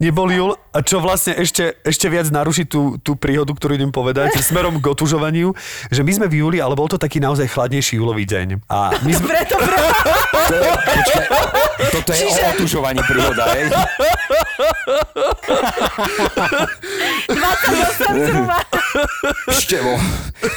Speaker 2: nebol júl a čo vlastne ešte, ešte viac naruší tú, tú príhodu, ktorú idem povedať, smerom k otužovaniu, že my sme v júli, ale bol to taký naozaj chladnejší júlový deň. A my sme,
Speaker 3: Dobre, dobre.
Speaker 4: to je, počkaj, toto je o otužovaní príhoda, hej?
Speaker 3: 28 zhruba.
Speaker 4: Števo,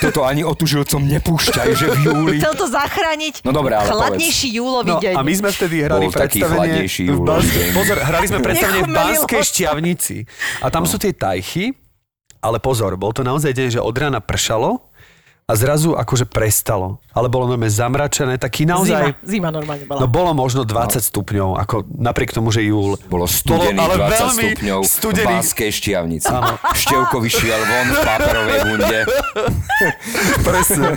Speaker 4: toto ani otužilcom nepúšťaj, že v júli.
Speaker 3: Chcel to zachrániť.
Speaker 4: No dobre, ale
Speaker 3: Chladnejší júlový
Speaker 2: No
Speaker 3: deň.
Speaker 2: a my sme vtedy hrali
Speaker 4: Bol taký
Speaker 2: predstavenie
Speaker 4: chladnejší
Speaker 2: v Banskej,
Speaker 4: júlový deň.
Speaker 2: pozor, hrali sme predstavenie v
Speaker 3: Nechumelilo.
Speaker 2: Banskej šťavnici. A tam sú tie tajchy, ale pozor, bol to naozaj deň, že od rána pršalo a zrazu akože prestalo. Ale bolo nome zamračené, taký naozaj...
Speaker 3: Zima, zima normálne bola.
Speaker 2: No bolo možno 20 stupňov, ako napriek tomu, že júl.
Speaker 4: Bolo studených 20 stupňov v
Speaker 2: studený.
Speaker 4: Báskej šťavnici. Števko vyšiel von v páperovej bunde.
Speaker 2: Presne,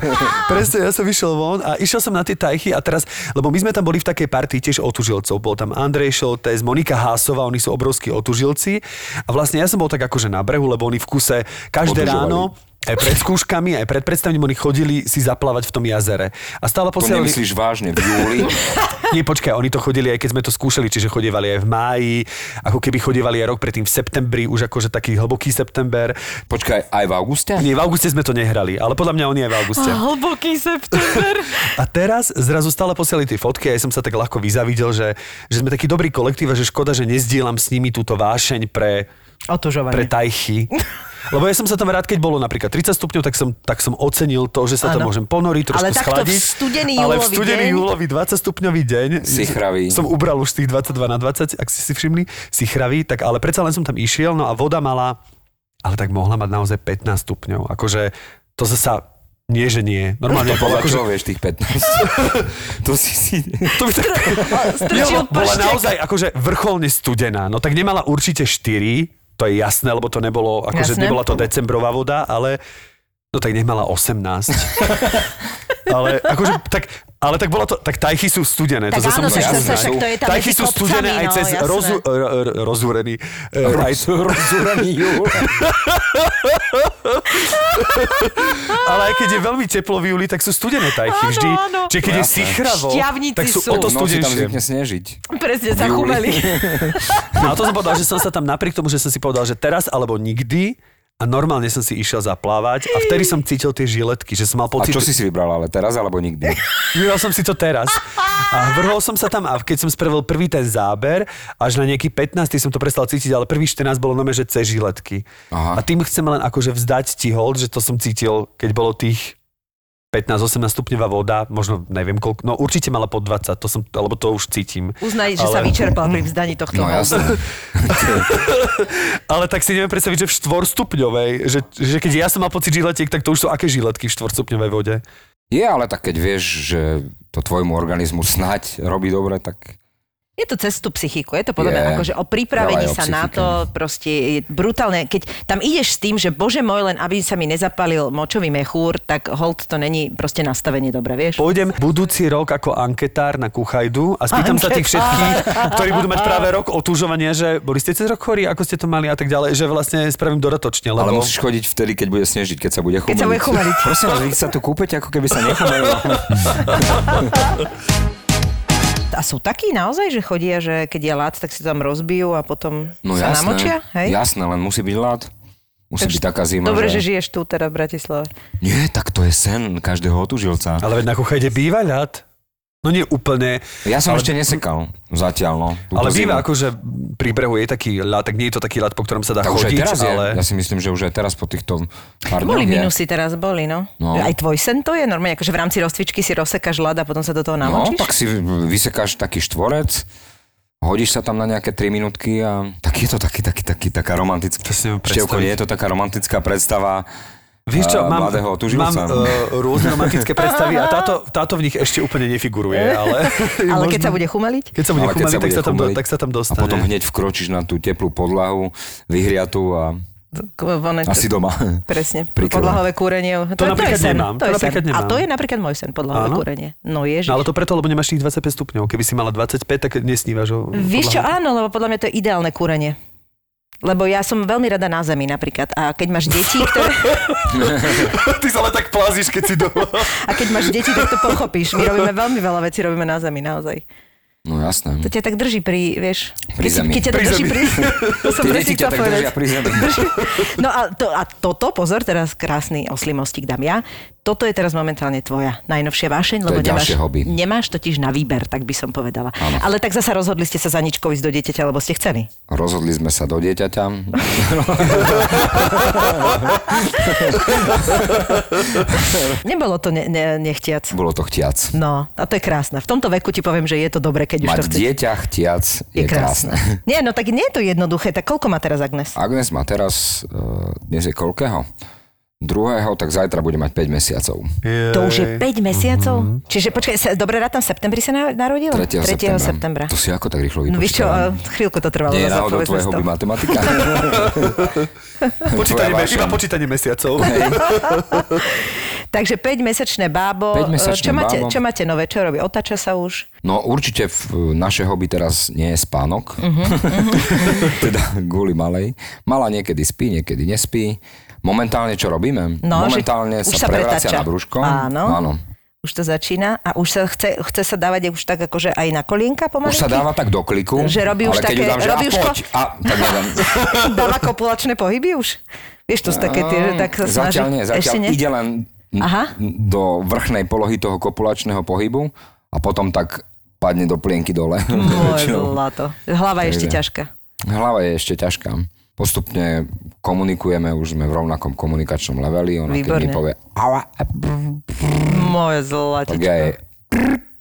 Speaker 2: presne, ja som vyšiel von a išiel som na tie tajchy a teraz, lebo my sme tam boli v takej partii tiež otužilcov, bol tam Andrej Šoltes, Monika Hásová, oni sú obrovskí otužilci a vlastne ja som bol tak akože na brehu, lebo oni v kuse každé
Speaker 4: Otužovali.
Speaker 2: ráno aj pred skúškami, aj pred predstavením oni chodili si zaplávať v tom jazere. A stále
Speaker 4: To
Speaker 2: posielali...
Speaker 4: nemyslíš vážne, v júli?
Speaker 2: Nie, počkaj, oni to chodili aj keď sme to skúšali, čiže chodievali aj v máji, ako keby chodievali aj rok predtým v septembri, už akože taký hlboký september.
Speaker 4: Počkaj, aj v auguste?
Speaker 2: Nie, v auguste sme to nehrali, ale podľa mňa oni aj v auguste.
Speaker 3: Hlboký september.
Speaker 2: A teraz zrazu stále posielali tie fotky a ja som sa tak ľahko vyzavidel, že, že sme taký dobrý kolektív a že škoda, že nezdielam s nimi túto vášeň pre
Speaker 3: Otužovanie.
Speaker 2: pre tajchy. Lebo ja som sa tam rád, keď bolo napríklad 30 stupňov, tak som, tak som ocenil to, že sa tam
Speaker 3: Áno.
Speaker 2: môžem ponoriť, trošku
Speaker 3: Ale takto v
Speaker 2: schladiť.
Speaker 3: studený
Speaker 2: ale v
Speaker 3: júlový
Speaker 2: studený
Speaker 3: deň.
Speaker 2: júlový 20 stupňový deň.
Speaker 4: Si chravý.
Speaker 2: Som ubral už z tých 22 na 20, ak ste si všimli. Si chravý, tak ale predsa len som tam išiel, no a voda mala, ale tak mohla mať naozaj 15 stupňov. Akože to zasa nie, že nie. Normálne
Speaker 4: To
Speaker 2: bolo
Speaker 4: podľa
Speaker 2: akože...
Speaker 4: čoho vieš tých 15? to si si...
Speaker 2: To by...
Speaker 3: Strčil
Speaker 2: bola
Speaker 3: prštek.
Speaker 2: naozaj akože vrcholne studená. No tak nemala určite 4, to je jasné, lebo to nebolo, akože
Speaker 3: Jasné.
Speaker 2: nebola to decembrová voda, ale no tak nemala 18. ale akože tak, ale tak bolo to, tak tajchy sú studené.
Speaker 3: Tak
Speaker 2: to zase
Speaker 3: áno,
Speaker 2: musím
Speaker 3: však,
Speaker 4: sa-
Speaker 2: uznať.
Speaker 4: sa- však
Speaker 3: to je tam
Speaker 2: Tajchy
Speaker 3: medzi
Speaker 2: sú
Speaker 3: kopcami,
Speaker 2: studené aj
Speaker 3: no,
Speaker 2: cez
Speaker 3: jasné.
Speaker 2: rozu, r, r, rozúrený. e, aj,
Speaker 4: Rozúraný júl.
Speaker 2: ale aj keď je veľmi teplo v júli, tak sú studené tajchy
Speaker 3: Áno,
Speaker 2: vždy.
Speaker 3: áno.
Speaker 2: Čiže keď je
Speaker 4: Jasné.
Speaker 2: sichravo,
Speaker 3: Šťavnici
Speaker 2: tak sú,
Speaker 3: sú.
Speaker 2: o to
Speaker 4: V No, noci tam
Speaker 2: studenšie.
Speaker 4: zvykne snežiť.
Speaker 3: Presne, zachumeli.
Speaker 2: No a to som povedal, že som sa tam napriek tomu, že som si povedal, že teraz alebo nikdy a normálne som si išiel zaplávať a vtedy som cítil tie žiletky, že som mal
Speaker 4: A
Speaker 2: pocit,
Speaker 4: čo si si vybral, ale teraz alebo nikdy?
Speaker 2: vybral som si to teraz. A vrhol som sa tam a keď som spravil prvý ten záber, až na nejaký 15 som to prestal cítiť, ale prvý 14 bolo nome, že cez žiletky.
Speaker 4: Aha.
Speaker 2: A tým chcem len akože vzdať ti hold, že to som cítil, keď bolo tých 15-18 stupňová voda, možno neviem koľko, no určite mala pod 20, to som, alebo to už cítim.
Speaker 3: Uznaj, že sa
Speaker 2: Ale-
Speaker 3: vyčerpal pri vzdaní tohto.
Speaker 4: No
Speaker 3: holdu.
Speaker 4: jasné.
Speaker 2: Ale tak si neviem predstaviť, že v štvorstupňovej, že, že keď ja som mal pocit žiletiek, tak to už sú aké žiletky v štvorstupňovej vode?
Speaker 4: Je, ale tak keď vieš, že to tvojmu organizmu snať robí dobre, tak
Speaker 3: Je to cez tú psychiku, je to podobné,
Speaker 4: Je.
Speaker 3: yeah. akože o pripravení
Speaker 4: Veľa je o
Speaker 3: sa na
Speaker 4: psychike.
Speaker 3: to proste je brutálne. Keď tam ideš s tým, že bože môj, len aby sa mi nezapalil močový mechúr, tak hold to není proste nastavenie dobre, vieš?
Speaker 2: Pôjdem budúci rok ako anketár na Kuchajdu a spýtam sa tých všetkých, ktorí budú mať práve rok otúžovania, že boli ste cez rok chorí, ako ste to mali a tak ďalej, že vlastne spravím dodatočne, lebo...
Speaker 4: Ale musíš chodiť vtedy, keď bude snežiť, keď sa bude chumeliť.
Speaker 3: sa bude chumeliť.
Speaker 4: Prosím vás, vy sa tu kúpete, ako keby sa nechumelilo.
Speaker 3: A sú takí naozaj, že chodia, že keď je lát, tak si to tam rozbijú a potom
Speaker 4: No
Speaker 3: sa
Speaker 4: jasné,
Speaker 3: namočia? Hej?
Speaker 4: jasné, len musí byť ľad. Musí byť taká zima,
Speaker 3: Dobre, že... žiješ tu teda v Bratislave.
Speaker 4: Nie, tak to je sen každého otužilca.
Speaker 2: ale veď na Kuchajde býva ľad. No nie úplne,
Speaker 4: Ja som ale... ešte nesekal zatiaľ, no. túto
Speaker 2: ale býva
Speaker 4: zimu.
Speaker 2: akože pri brehu je taký ľad, tak nie je to taký ľad, po ktorom sa dá
Speaker 4: Tak už aj
Speaker 2: chodiť,
Speaker 4: teraz
Speaker 2: ale...
Speaker 4: je. Ja si myslím, že už aj teraz po týchto pár
Speaker 3: Boli
Speaker 4: dňoch je.
Speaker 3: minusy teraz, boli, no.
Speaker 4: No.
Speaker 3: Aj tvoj sen to je normálne, akože v rámci rozcvičky si rozsekáš ľad a potom sa do toho
Speaker 4: No,
Speaker 3: namočíš?
Speaker 4: tak si vysekáš taký štvorec, hodíš sa tam na nejaké 3 minútky a tak je to taký, taký, taký, taká romantická.
Speaker 2: To si neviem
Speaker 4: Števko,
Speaker 2: predstaviť.
Speaker 4: nie je to taká romantická predstava.
Speaker 2: Vieš čo,
Speaker 4: a
Speaker 2: mám,
Speaker 4: mladého
Speaker 2: mám
Speaker 4: otužilca.
Speaker 2: uh, rôzne romantické predstavy a táto, táto v nich ešte úplne nefiguruje, ale...
Speaker 3: Ale
Speaker 2: možno-
Speaker 3: keď sa bude chumeliť?
Speaker 2: Keď sa bude
Speaker 4: Ale keď
Speaker 2: chumeliť, tak,
Speaker 4: bude
Speaker 2: sa tam do-
Speaker 4: chumeliť
Speaker 2: tak sa tam dostane.
Speaker 4: A potom hneď vkročíš na tú teplú podlahu, vyhriatú a
Speaker 3: Ono-
Speaker 4: asi doma.
Speaker 3: Presne,
Speaker 4: Prikryla.
Speaker 3: podlahové kúrenie.
Speaker 2: To napríklad
Speaker 3: sen,
Speaker 2: nemám, to
Speaker 3: To je sen.
Speaker 2: napríklad
Speaker 3: A
Speaker 2: nemám.
Speaker 3: to je napríklad môj sen, podlahové
Speaker 2: Áno?
Speaker 3: kúrenie. No ježiš.
Speaker 2: No ale to preto, lebo nemáš tých 25 stupňov. Keby si mala 25, tak nesnívaš o...
Speaker 3: Vieš čo,
Speaker 2: podlahu.
Speaker 3: áno, lebo podľa mňa to je ideálne kúrenie. Lebo ja som veľmi rada na zemi napríklad. A keď máš deti, ktoré,
Speaker 2: Ty sa ale tak plazíš, keď si doma.
Speaker 3: a keď máš deti, tak to pochopíš. My robíme veľmi veľa vecí, robíme na zemi, naozaj.
Speaker 4: No jasné.
Speaker 3: To ťa tak drží pri, vieš...
Speaker 4: Pri
Speaker 3: keď, si-
Speaker 4: zemi.
Speaker 3: Keď ťa to
Speaker 2: Pri
Speaker 3: drží
Speaker 2: zemi.
Speaker 3: pri... To som
Speaker 4: Tie
Speaker 3: presne
Speaker 4: deti ťa
Speaker 3: chcela
Speaker 4: tak
Speaker 3: povedať.
Speaker 4: držia pri zemi.
Speaker 3: Drží. No a, to, a toto, pozor, teraz krásny oslý mostík dám ja. Toto je teraz momentálne tvoja najnovšia vášeň,
Speaker 4: To
Speaker 3: lebo
Speaker 4: je
Speaker 3: nemáš,
Speaker 4: ďalšie hobby.
Speaker 3: nemáš totiž na výber, tak by som povedala.
Speaker 4: Áno.
Speaker 3: Ale tak zasa rozhodli ste sa za ničkou ísť do dieťaťa, lebo ste chceli.
Speaker 4: Rozhodli sme sa do dieťaťa.
Speaker 3: Nebolo to ne, ne, nechtiac.
Speaker 4: Bolo to chtiac.
Speaker 3: No, a to je krásne. V tomto veku ti poviem, že je to dobre, keď už to
Speaker 4: Mať
Speaker 3: chceš.
Speaker 4: dieťa chtiac je, krásne.
Speaker 3: Nie, no tak nie je to jednoduché. Tak koľko má teraz Agnes?
Speaker 4: Agnes má teraz, e, dnes je koľkého? Druhého, tak zajtra bude mať 5 mesiacov.
Speaker 3: To už je 5 mesiacov. Čiže počkaj, sa, dobre rátam, v septembri sa na- narodila?
Speaker 4: 3.
Speaker 3: 3.
Speaker 4: septembra.
Speaker 3: septembra.
Speaker 4: To si ako tak rýchlo
Speaker 3: No vieš čo,
Speaker 4: vypočítala?
Speaker 3: a chvíľku to trvalo.
Speaker 4: Nie je
Speaker 3: zase
Speaker 4: náhodou
Speaker 3: povedzme si
Speaker 4: tvoje
Speaker 3: to.
Speaker 4: hobby matematika?
Speaker 2: Počítanie,
Speaker 4: Tvoja
Speaker 2: me- iba
Speaker 4: vášeň.
Speaker 2: počítanie mesiacov.
Speaker 3: Takže 5-mesačné bábo. eh,
Speaker 4: 5-mesačné
Speaker 3: čo, máte,
Speaker 4: bábo.
Speaker 3: čo máte nové? Čo robí? Otača sa už?
Speaker 4: No určite v naše hobby teraz nie je spánok,
Speaker 3: Mhm,
Speaker 4: teda kvôli malej. Mala niekedy spí, niekedy nespí. Momentálne čo robíme?
Speaker 3: No, že
Speaker 4: Momentálne
Speaker 3: už
Speaker 4: sa
Speaker 3: sa
Speaker 4: prevracia
Speaker 3: pretáča.
Speaker 4: na brúško.
Speaker 3: Áno.
Speaker 4: Áno.
Speaker 3: Už to začína a už sa chce, chce sa dávať už tak akože aj na kolienka
Speaker 4: Už
Speaker 3: pomalinky?
Speaker 4: sa dáva tak do kliku,
Speaker 3: Že robí už
Speaker 4: ale keď
Speaker 3: také-
Speaker 4: ju dám, že
Speaker 3: robí
Speaker 4: a
Speaker 3: už
Speaker 4: poď,
Speaker 3: ko-
Speaker 4: a tak nedám.
Speaker 3: Dáva kopulačné pohyby už? Vieš, to sú také tie, že tak sa snaží.
Speaker 4: Zatiaľ nie,
Speaker 3: Ešte
Speaker 4: zatiaľ
Speaker 3: nie?
Speaker 4: ide len
Speaker 3: Aha.
Speaker 4: do vrchnej polohy toho kopulačného pohybu a potom tak padne do plienky dole.
Speaker 3: Môj
Speaker 4: Väčšinou.
Speaker 3: zlato. Hlava je ešte
Speaker 4: Takže-
Speaker 3: ťažká.
Speaker 4: Hlava je ešte ťažká. postupne komunikujeme, už sme v rovnakom komunikačnom leveli, ona keď mi
Speaker 3: Výborne.
Speaker 4: povie, "Aua, a
Speaker 3: Moje
Speaker 4: tak ja jej,
Speaker 3: zlatičko.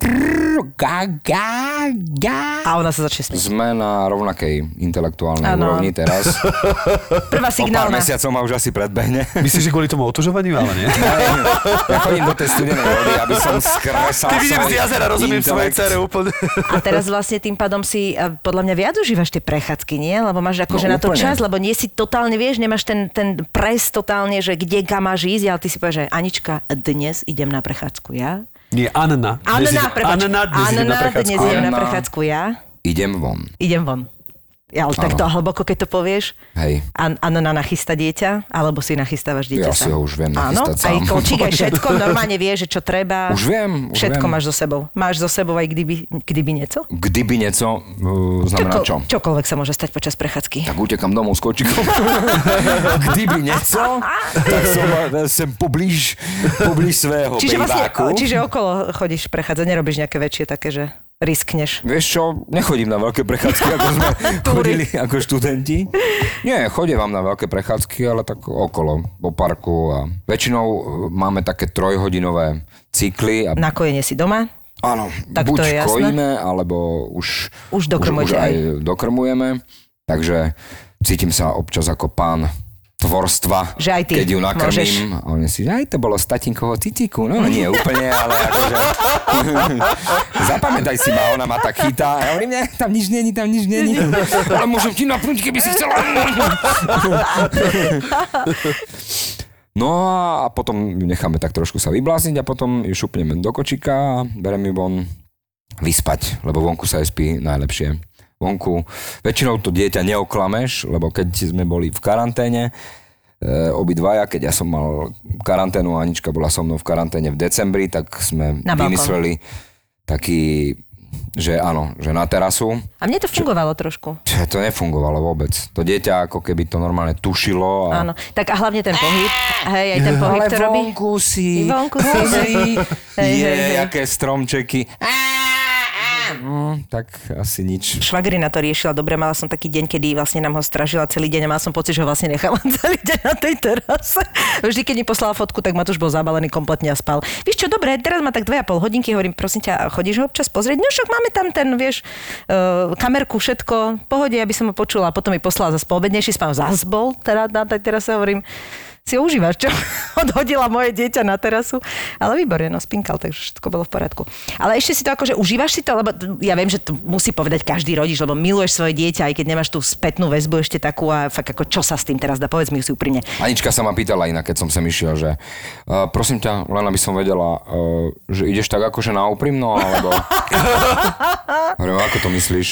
Speaker 4: ga, ga, ga.
Speaker 3: A ona sa začne smiať.
Speaker 4: Sme na rovnakej intelektuálnej
Speaker 3: Áno.
Speaker 4: úrovni teraz.
Speaker 3: Prvá
Speaker 4: O pár
Speaker 3: signálna.
Speaker 4: mesiacov ma už asi predbehne.
Speaker 2: Myslíš, že kvôli tomu otužovaniu, ale nie?
Speaker 4: Ja chodím do tej studenej vody, aby som skresal
Speaker 2: Ty vidím
Speaker 4: svoj
Speaker 2: z jazera, rozumiem svojej
Speaker 4: intelekt.
Speaker 2: cere úplne.
Speaker 3: A teraz vlastne tým pádom si eh, podľa mňa viac užívaš tie prechádzky, nie? Lebo máš akože na
Speaker 4: No,
Speaker 3: to
Speaker 4: úplne.
Speaker 3: čas, lebo nie si totálne, vieš, nemáš ten, ten pres totálne, že kde kam máš ísť, ale ty si povieš, že Anička, dnes idem na prechádzku ja.
Speaker 2: Nie, Anna. Dnes
Speaker 3: Anna,
Speaker 2: ide-
Speaker 3: prepáč,
Speaker 2: Anna dnes ide na
Speaker 3: Anna, dnes
Speaker 2: prechádzku.
Speaker 3: idem na
Speaker 4: Anna.
Speaker 3: prechádzku ja.
Speaker 4: Idem von.
Speaker 3: Idem von. Ja, ale takto hlboko, keď to povieš.
Speaker 4: Hej.
Speaker 3: An- Anna na nachysta dieťa, alebo si nachystávaš dieťa
Speaker 4: Ja
Speaker 3: sám.
Speaker 4: si ho už viem
Speaker 3: Áno,
Speaker 4: nachystať
Speaker 3: aj
Speaker 4: sám.
Speaker 3: kočík, aj všetko, normálne vie, že čo treba.
Speaker 4: Už viem, už
Speaker 3: všetko
Speaker 4: viem.
Speaker 3: máš so sebou. Máš so sebou aj kdyby, kdyby nieco?
Speaker 4: Kdyby nieco, uh, znamená čo?
Speaker 3: Čokoľvek sa môže stať počas prechádzky.
Speaker 4: Tak utekam domov s kočikom. Kdyby nieco, tak som, som poblíž, poblíž svého
Speaker 3: Čiže, vlastne,
Speaker 4: bejváku.
Speaker 3: čiže okolo chodíš prechádzať, nerobíš nejaké väčšie také, že riskneš.
Speaker 4: Vieš čo, nechodím na veľké prechádzky, ako sme chodili ako študenti. Nie, chodím vám na veľké prechádzky, ale tak okolo, po parku. A väčšinou e, máme také trojhodinové cykly. A,
Speaker 3: Nakojenie si doma,
Speaker 4: áno,
Speaker 3: tak
Speaker 4: buď
Speaker 3: to je jasné.
Speaker 4: kojíme, alebo už,
Speaker 3: Už dokrmujete
Speaker 4: už, už aj
Speaker 3: aj.
Speaker 4: dokrmujeme. Takže cítim sa občas ako pán tvorstva,
Speaker 3: Že aj ty
Speaker 4: keď ju
Speaker 3: môžeš.
Speaker 4: nakrmím. A oni si, že aj to bolo z tatinkovho ciciku. No nie úplne, ale akože... Zapamätaj si ma, ona ma tak chytá. A ja hovorím, ne, tam nič není, tam nič není. Ale môžem ti napnúť, keby si chcela. No a potom ju necháme tak trošku sa vyblázniť a potom ju šupneme do kočika a berem ju von vyspať, lebo vonku sa aj spí najlepšie. Vonku väčšinou to dieťa neoklameš, lebo keď sme boli v karanténe, e, obidvaja, keď ja som mal karanténu a Anička bola so mnou v karanténe v decembri, tak sme
Speaker 3: Na balkón.
Speaker 4: vymysleli taký, že áno, že na terasu.
Speaker 3: A mne to fungovalo trošku.
Speaker 4: Čiže to nefungovalo vôbec. To dieťa ako keby to normálne tušilo. A...
Speaker 3: Áno. Tak a hlavne ten pohyb. Hej, aj ten pohyb
Speaker 4: No. Ale
Speaker 3: to robí.
Speaker 4: vonku si,
Speaker 3: Vonku si,
Speaker 4: pozri,
Speaker 3: hej,
Speaker 4: je,
Speaker 3: hej, hej.
Speaker 4: aké stromčeky. Á, á, No, tak asi nič.
Speaker 3: Švagrina to riešila dobre, mala som taký deň, kedy vlastne nám ho stražila celý deň a mala som pocit, že ho vlastne nechala celý deň na tej terase. Vždy, keď mi poslala fotku, tak Matúš bol zabalený kompletne a spal. Víš čo, dobre, teraz má tak dve a pol hodinky, hovorím, prosím ťa, a chodíš ho občas pozrieť? No však máme tam ten, vieš, eh, kamerku, všetko, v pohode, aby som ho počula. A potom mi poslala zase poobednejší spám, zas bol, teda na tej terase, hovorím, si ho užívaš, čo? Odhodila moje dieťa na terasu. Ale výborne, no spinkal, takže všetko bolo v poriadku. Ale ešte si to akože užívaš si to, lebo t- ja viem, že to musí povedať každý rodič, lebo miluješ svoje dieťa, aj keď nemáš tú spätnú väzbu ešte takú a fakt ako čo sa s tým teraz dá, povedz mi ju si úprimne.
Speaker 4: Anička sa ma pýtala inak, keď som sem išiel, že uh, prosím ťa, len aby som vedela, uh, že ideš tak akože na úprimno, alebo... Hovorím, ako to myslíš?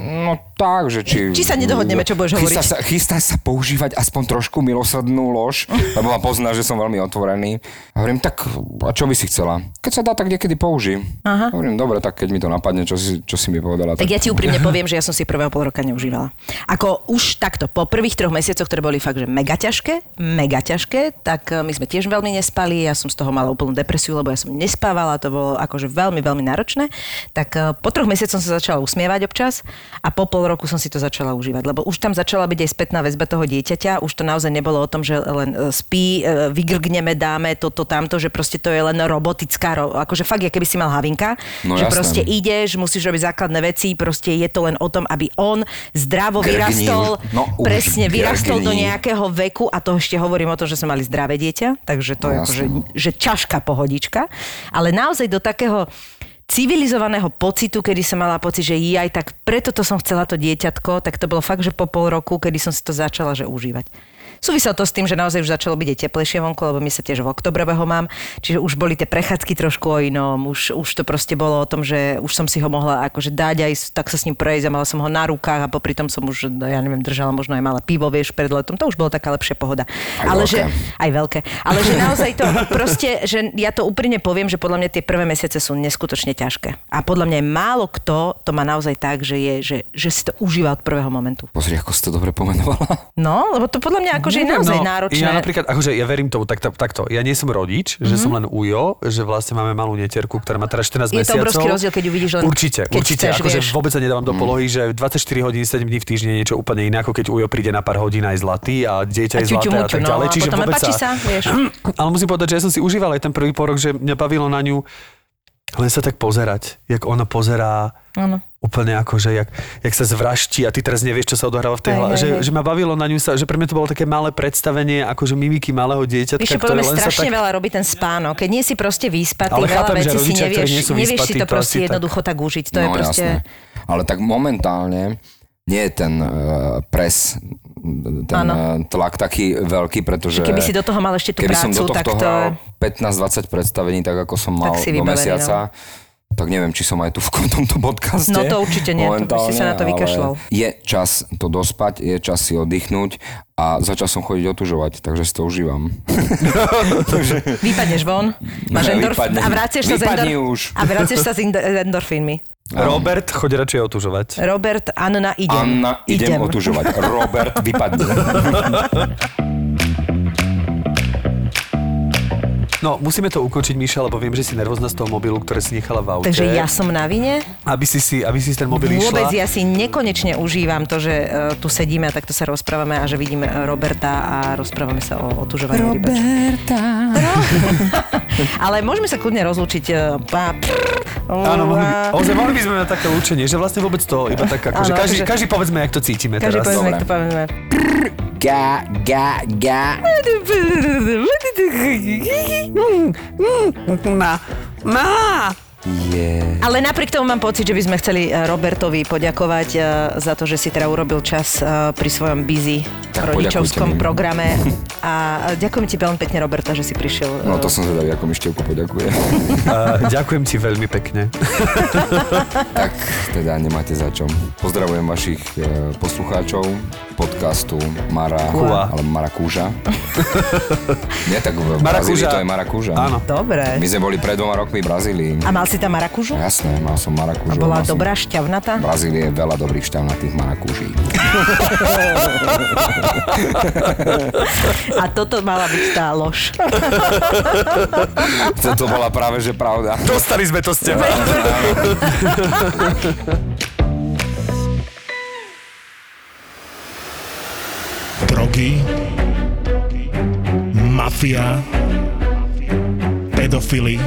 Speaker 4: No tak, že či...
Speaker 3: Či sa nedohodneme, čo budeš
Speaker 4: chystá
Speaker 3: hovoriť?
Speaker 4: Sa, chystá sa používať aspoň trošku milosrdnú lož, lebo ma pozná, že som veľmi otvorený. A hovorím, tak a čo by si chcela? Keď sa dá, tak niekedy použij. Aha. Hovorím, dobre, tak keď mi to napadne, čo si, čo si mi povedala.
Speaker 3: Tak ja ti úprimne poviem, že ja som si prvého pol roka neužívala. Ako už takto, po prvých troch mesiacoch, ktoré boli fakt, že mega ťažké, mega ťažké, tak e, my sme tiež veľmi nespali, ja som z toho mala úplnú depresiu, lebo ja som nespávala, to bolo akože veľmi, veľmi náročné. Tak e, po troch mesiacoch som sa začala usmievať občas a po pol roku som si to začala užívať, lebo už tam začala byť aj spätná väzba toho dieťaťa, už to naozaj nebolo o tom, že len e, spí, e, vygrgneme, dáme toto, tamto, že proste to je len robotická, ro- akože fakt, ja keby si mal havinka,
Speaker 4: No
Speaker 3: že
Speaker 4: jasné.
Speaker 3: proste ideš, musíš robiť základné veci, proste je to len o tom, aby on zdravo
Speaker 4: Grgni
Speaker 3: vyrastol,
Speaker 4: už- no už
Speaker 3: presne
Speaker 4: grgni.
Speaker 3: vyrastol do nejakého veku a to ešte hovorím o tom, že sme mali zdravé dieťa, takže to je
Speaker 4: No
Speaker 3: akože,
Speaker 4: jasné.
Speaker 3: že ťažká pohodička, ale naozaj do takého civilizovaného pocitu, kedy som mala pocit, že aj tak preto to som chcela to dieťatko, tak to bolo fakt, že po pol roku, kedy som si to začala že užívať. Súviselo to s tým, že naozaj už začalo byť aj teplejšie vonku, lebo my sa tiež v oktobre ho mám, čiže už boli tie prechádzky trošku o inom, už, už to proste bolo o tom, že už som si ho mohla akože dať aj s- tak sa s ním prejsť a mala som ho na rukách a popri tom som už, no, ja neviem, držala možno aj malé pivo, vieš, pred letom, to už bolo taká lepšia pohoda.
Speaker 4: Aj
Speaker 3: Ale
Speaker 4: veľké.
Speaker 3: že, aj veľké. Ale že naozaj to proste, že ja to úprimne poviem, že podľa mňa tie prvé mesiace sú neskutočne ťažké. A podľa mňa je málo kto to má naozaj tak, že, je, že, že si to užíva od prvého momentu.
Speaker 4: Pozri, ako si to dobre pomenovala.
Speaker 3: No, lebo to podľa mňa akože že je naozaj náročné. Mhm.
Speaker 2: Ja napríklad, akože ja verím tomu tak, tak, takto. Ja nie som rodič, mm-hmm. že som len ujo, že vlastne máme malú netierku, ktorá má teraz 14 mesiacov.
Speaker 3: Je to obrovský rozdiel, keď ju vidíš len
Speaker 2: Určite,
Speaker 3: keď
Speaker 2: určite.
Speaker 3: chceš,
Speaker 2: akože
Speaker 3: vieš.
Speaker 2: vôbec sa nedávam do polohy, že 24 hodín, 7 dní v týždni je niečo úplne iné, ako keď ujo príde na pár hodín aj zlatý a dieťa
Speaker 3: A
Speaker 2: je
Speaker 3: ťuťu
Speaker 2: zlaté a
Speaker 3: muťu,
Speaker 2: tak
Speaker 3: no,
Speaker 2: ďalej.
Speaker 3: a
Speaker 2: Čiže
Speaker 3: potom aj
Speaker 2: vôbec
Speaker 3: páči sa, vieš.
Speaker 2: ale musím povedať, že ja som si užíval aj ten prvý porok, že mňa bavilo na ňu len sa tak pozerať, jak ona pozerá
Speaker 3: Áno.
Speaker 2: úplne ako, že jak, jak sa zvraští a ty teraz nevieš, čo sa odohráva v tej
Speaker 3: Hej,
Speaker 2: hlave.
Speaker 3: hej,
Speaker 2: Že,
Speaker 3: hej.
Speaker 2: že, ma bavilo na ňu sa, že pre mňa to bolo také malé predstavenie, akože mimiky malého dieťatka,
Speaker 3: Vieš, čo podľa
Speaker 2: ktoré
Speaker 3: mňa
Speaker 2: len sa
Speaker 3: strašne
Speaker 2: tak...
Speaker 3: tak... veľa robí ten spánok. Keď nie si proste vyspatý,
Speaker 2: Ale
Speaker 3: veľa
Speaker 2: chápem, že
Speaker 3: vecí si
Speaker 2: rodičia, ktorí
Speaker 3: nevieš,
Speaker 2: nie sú
Speaker 3: nevieš si
Speaker 2: vyspatí,
Speaker 3: to
Speaker 2: to asi
Speaker 3: proste
Speaker 2: tak. No,
Speaker 3: jednoducho tak užiť. To je proste...
Speaker 4: No, Ale tak momentálne nie je ten uh, pres, ten
Speaker 3: Áno.
Speaker 4: uh, tlak taký veľký, pretože...
Speaker 3: Keby si do toho mal ešte tú
Speaker 4: Keby som
Speaker 3: prácu,
Speaker 4: do
Speaker 3: tak
Speaker 4: tohto
Speaker 3: to...
Speaker 4: hral 15-20 predstavení, tak ako som mal
Speaker 3: si
Speaker 4: do
Speaker 3: vybavený,
Speaker 4: mesiaca, tak neviem, či som aj tu v tomto podcaste.
Speaker 3: No to určite nie, to by si sa na to
Speaker 4: momentálne, ale
Speaker 3: vykašľal.
Speaker 4: Je čas to dospať, je čas si oddychnúť a začal som chodiť otužovať, takže si to užívam.
Speaker 3: Vypadneš von, máš
Speaker 4: Ne,
Speaker 3: endorf...
Speaker 4: vypadni.
Speaker 3: a vraciaš sa, s
Speaker 4: Vypadni
Speaker 3: endor-
Speaker 4: už.
Speaker 3: a vraciaš sa s indo- endorfínmi.
Speaker 2: Robert, choď radšej otužovať.
Speaker 3: Robert, Anna, idem.
Speaker 4: Anna, idem, otužovať. Robert, vypadni.
Speaker 2: No, musíme to ukončiť, Miša, lebo viem, že si nervózna z toho mobilu, ktoré si nechala v aute.
Speaker 3: Takže ja som na vine.
Speaker 2: Aby si si, aby si si ten mobil
Speaker 3: Vôbec
Speaker 2: išla.
Speaker 3: ja si nekonečne užívam to, že e, tu sedíme a takto sa rozprávame a že vidíme e, Roberta a rozprávame sa o otužovaní rybačky. Ale môžeme sa kľudne rozlúčiť. e, pa- prr,
Speaker 2: Áno, mohli by,
Speaker 3: a-
Speaker 2: ozaj, mohli by sme mať také lúčenie, že vlastne vôbec to iba tak ako, že
Speaker 3: Áno,
Speaker 2: každý,
Speaker 3: akože-
Speaker 2: každý povedzme, jak to cítime
Speaker 3: Každý
Speaker 2: teraz.
Speaker 3: povedzme,
Speaker 4: dobre.
Speaker 3: to povedzme.
Speaker 4: Ga, ga, ga.
Speaker 2: Na, na.
Speaker 4: Yeah.
Speaker 3: Ale napriek tomu mám pocit, že by sme chceli e, Robertovi poďakovať e, za to, že si teda urobil čas e, pri svojom busy
Speaker 4: Tak
Speaker 3: rodičovskom
Speaker 4: poďakujte mi.
Speaker 3: programe. A e, ďakujem ti veľmi pekne, Roberta, že si prišiel. e,
Speaker 4: No to som zvedavý, ako mi Števko poďakuje.
Speaker 2: Uh, ďakujem ti veľmi pekne.
Speaker 4: tak teda nemáte za čo. Pozdravujem vašich e, poslucháčov podcastu Mara,
Speaker 2: Kua.
Speaker 4: ale Marakúža. Nie, tak v Brazílii
Speaker 2: Marakúža.
Speaker 4: to je Marakúža.
Speaker 2: Áno.
Speaker 3: Dobre.
Speaker 4: My sme boli pred dvoma rokmi v Brazílii.
Speaker 3: A mal si tam marakužu?
Speaker 4: Jasné, mal som
Speaker 3: A
Speaker 4: Marakúžu.
Speaker 3: bola
Speaker 4: mal som-
Speaker 3: dobrá, šťavnatá?
Speaker 4: V Brazílii je veľa dobrých šťavnatých Marakúží.
Speaker 3: A toto mala byť tá lož.
Speaker 4: to bola práve že pravda.
Speaker 2: Dostali sme to z teba.
Speaker 1: Drogy, mafia, pedofily,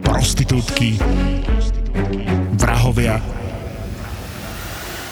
Speaker 1: prostitútky, vrahovia.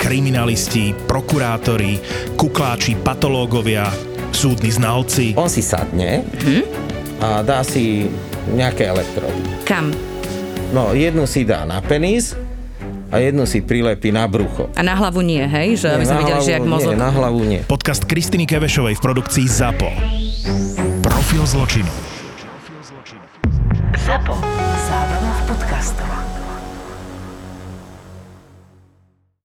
Speaker 1: kriminalisti, prokurátori, kukláči, patológovia, súdni znalci.
Speaker 5: On si sadne
Speaker 6: Hm?
Speaker 5: a dá si nejaké elektrody.
Speaker 6: Kam?
Speaker 5: No, jednu si dá na penis a jednu si prilepí na brucho.
Speaker 6: A na hlavu nie, hej? Že aby sme
Speaker 5: na
Speaker 6: videli, že jak
Speaker 5: hlavu
Speaker 6: mozog...
Speaker 5: Nie, na hlavu nie.
Speaker 1: Podcast Kristiny Kevešovej v produkcii ZAPO. Profil zločinu.
Speaker 7: ZAPO. Zábrná v podcastovách.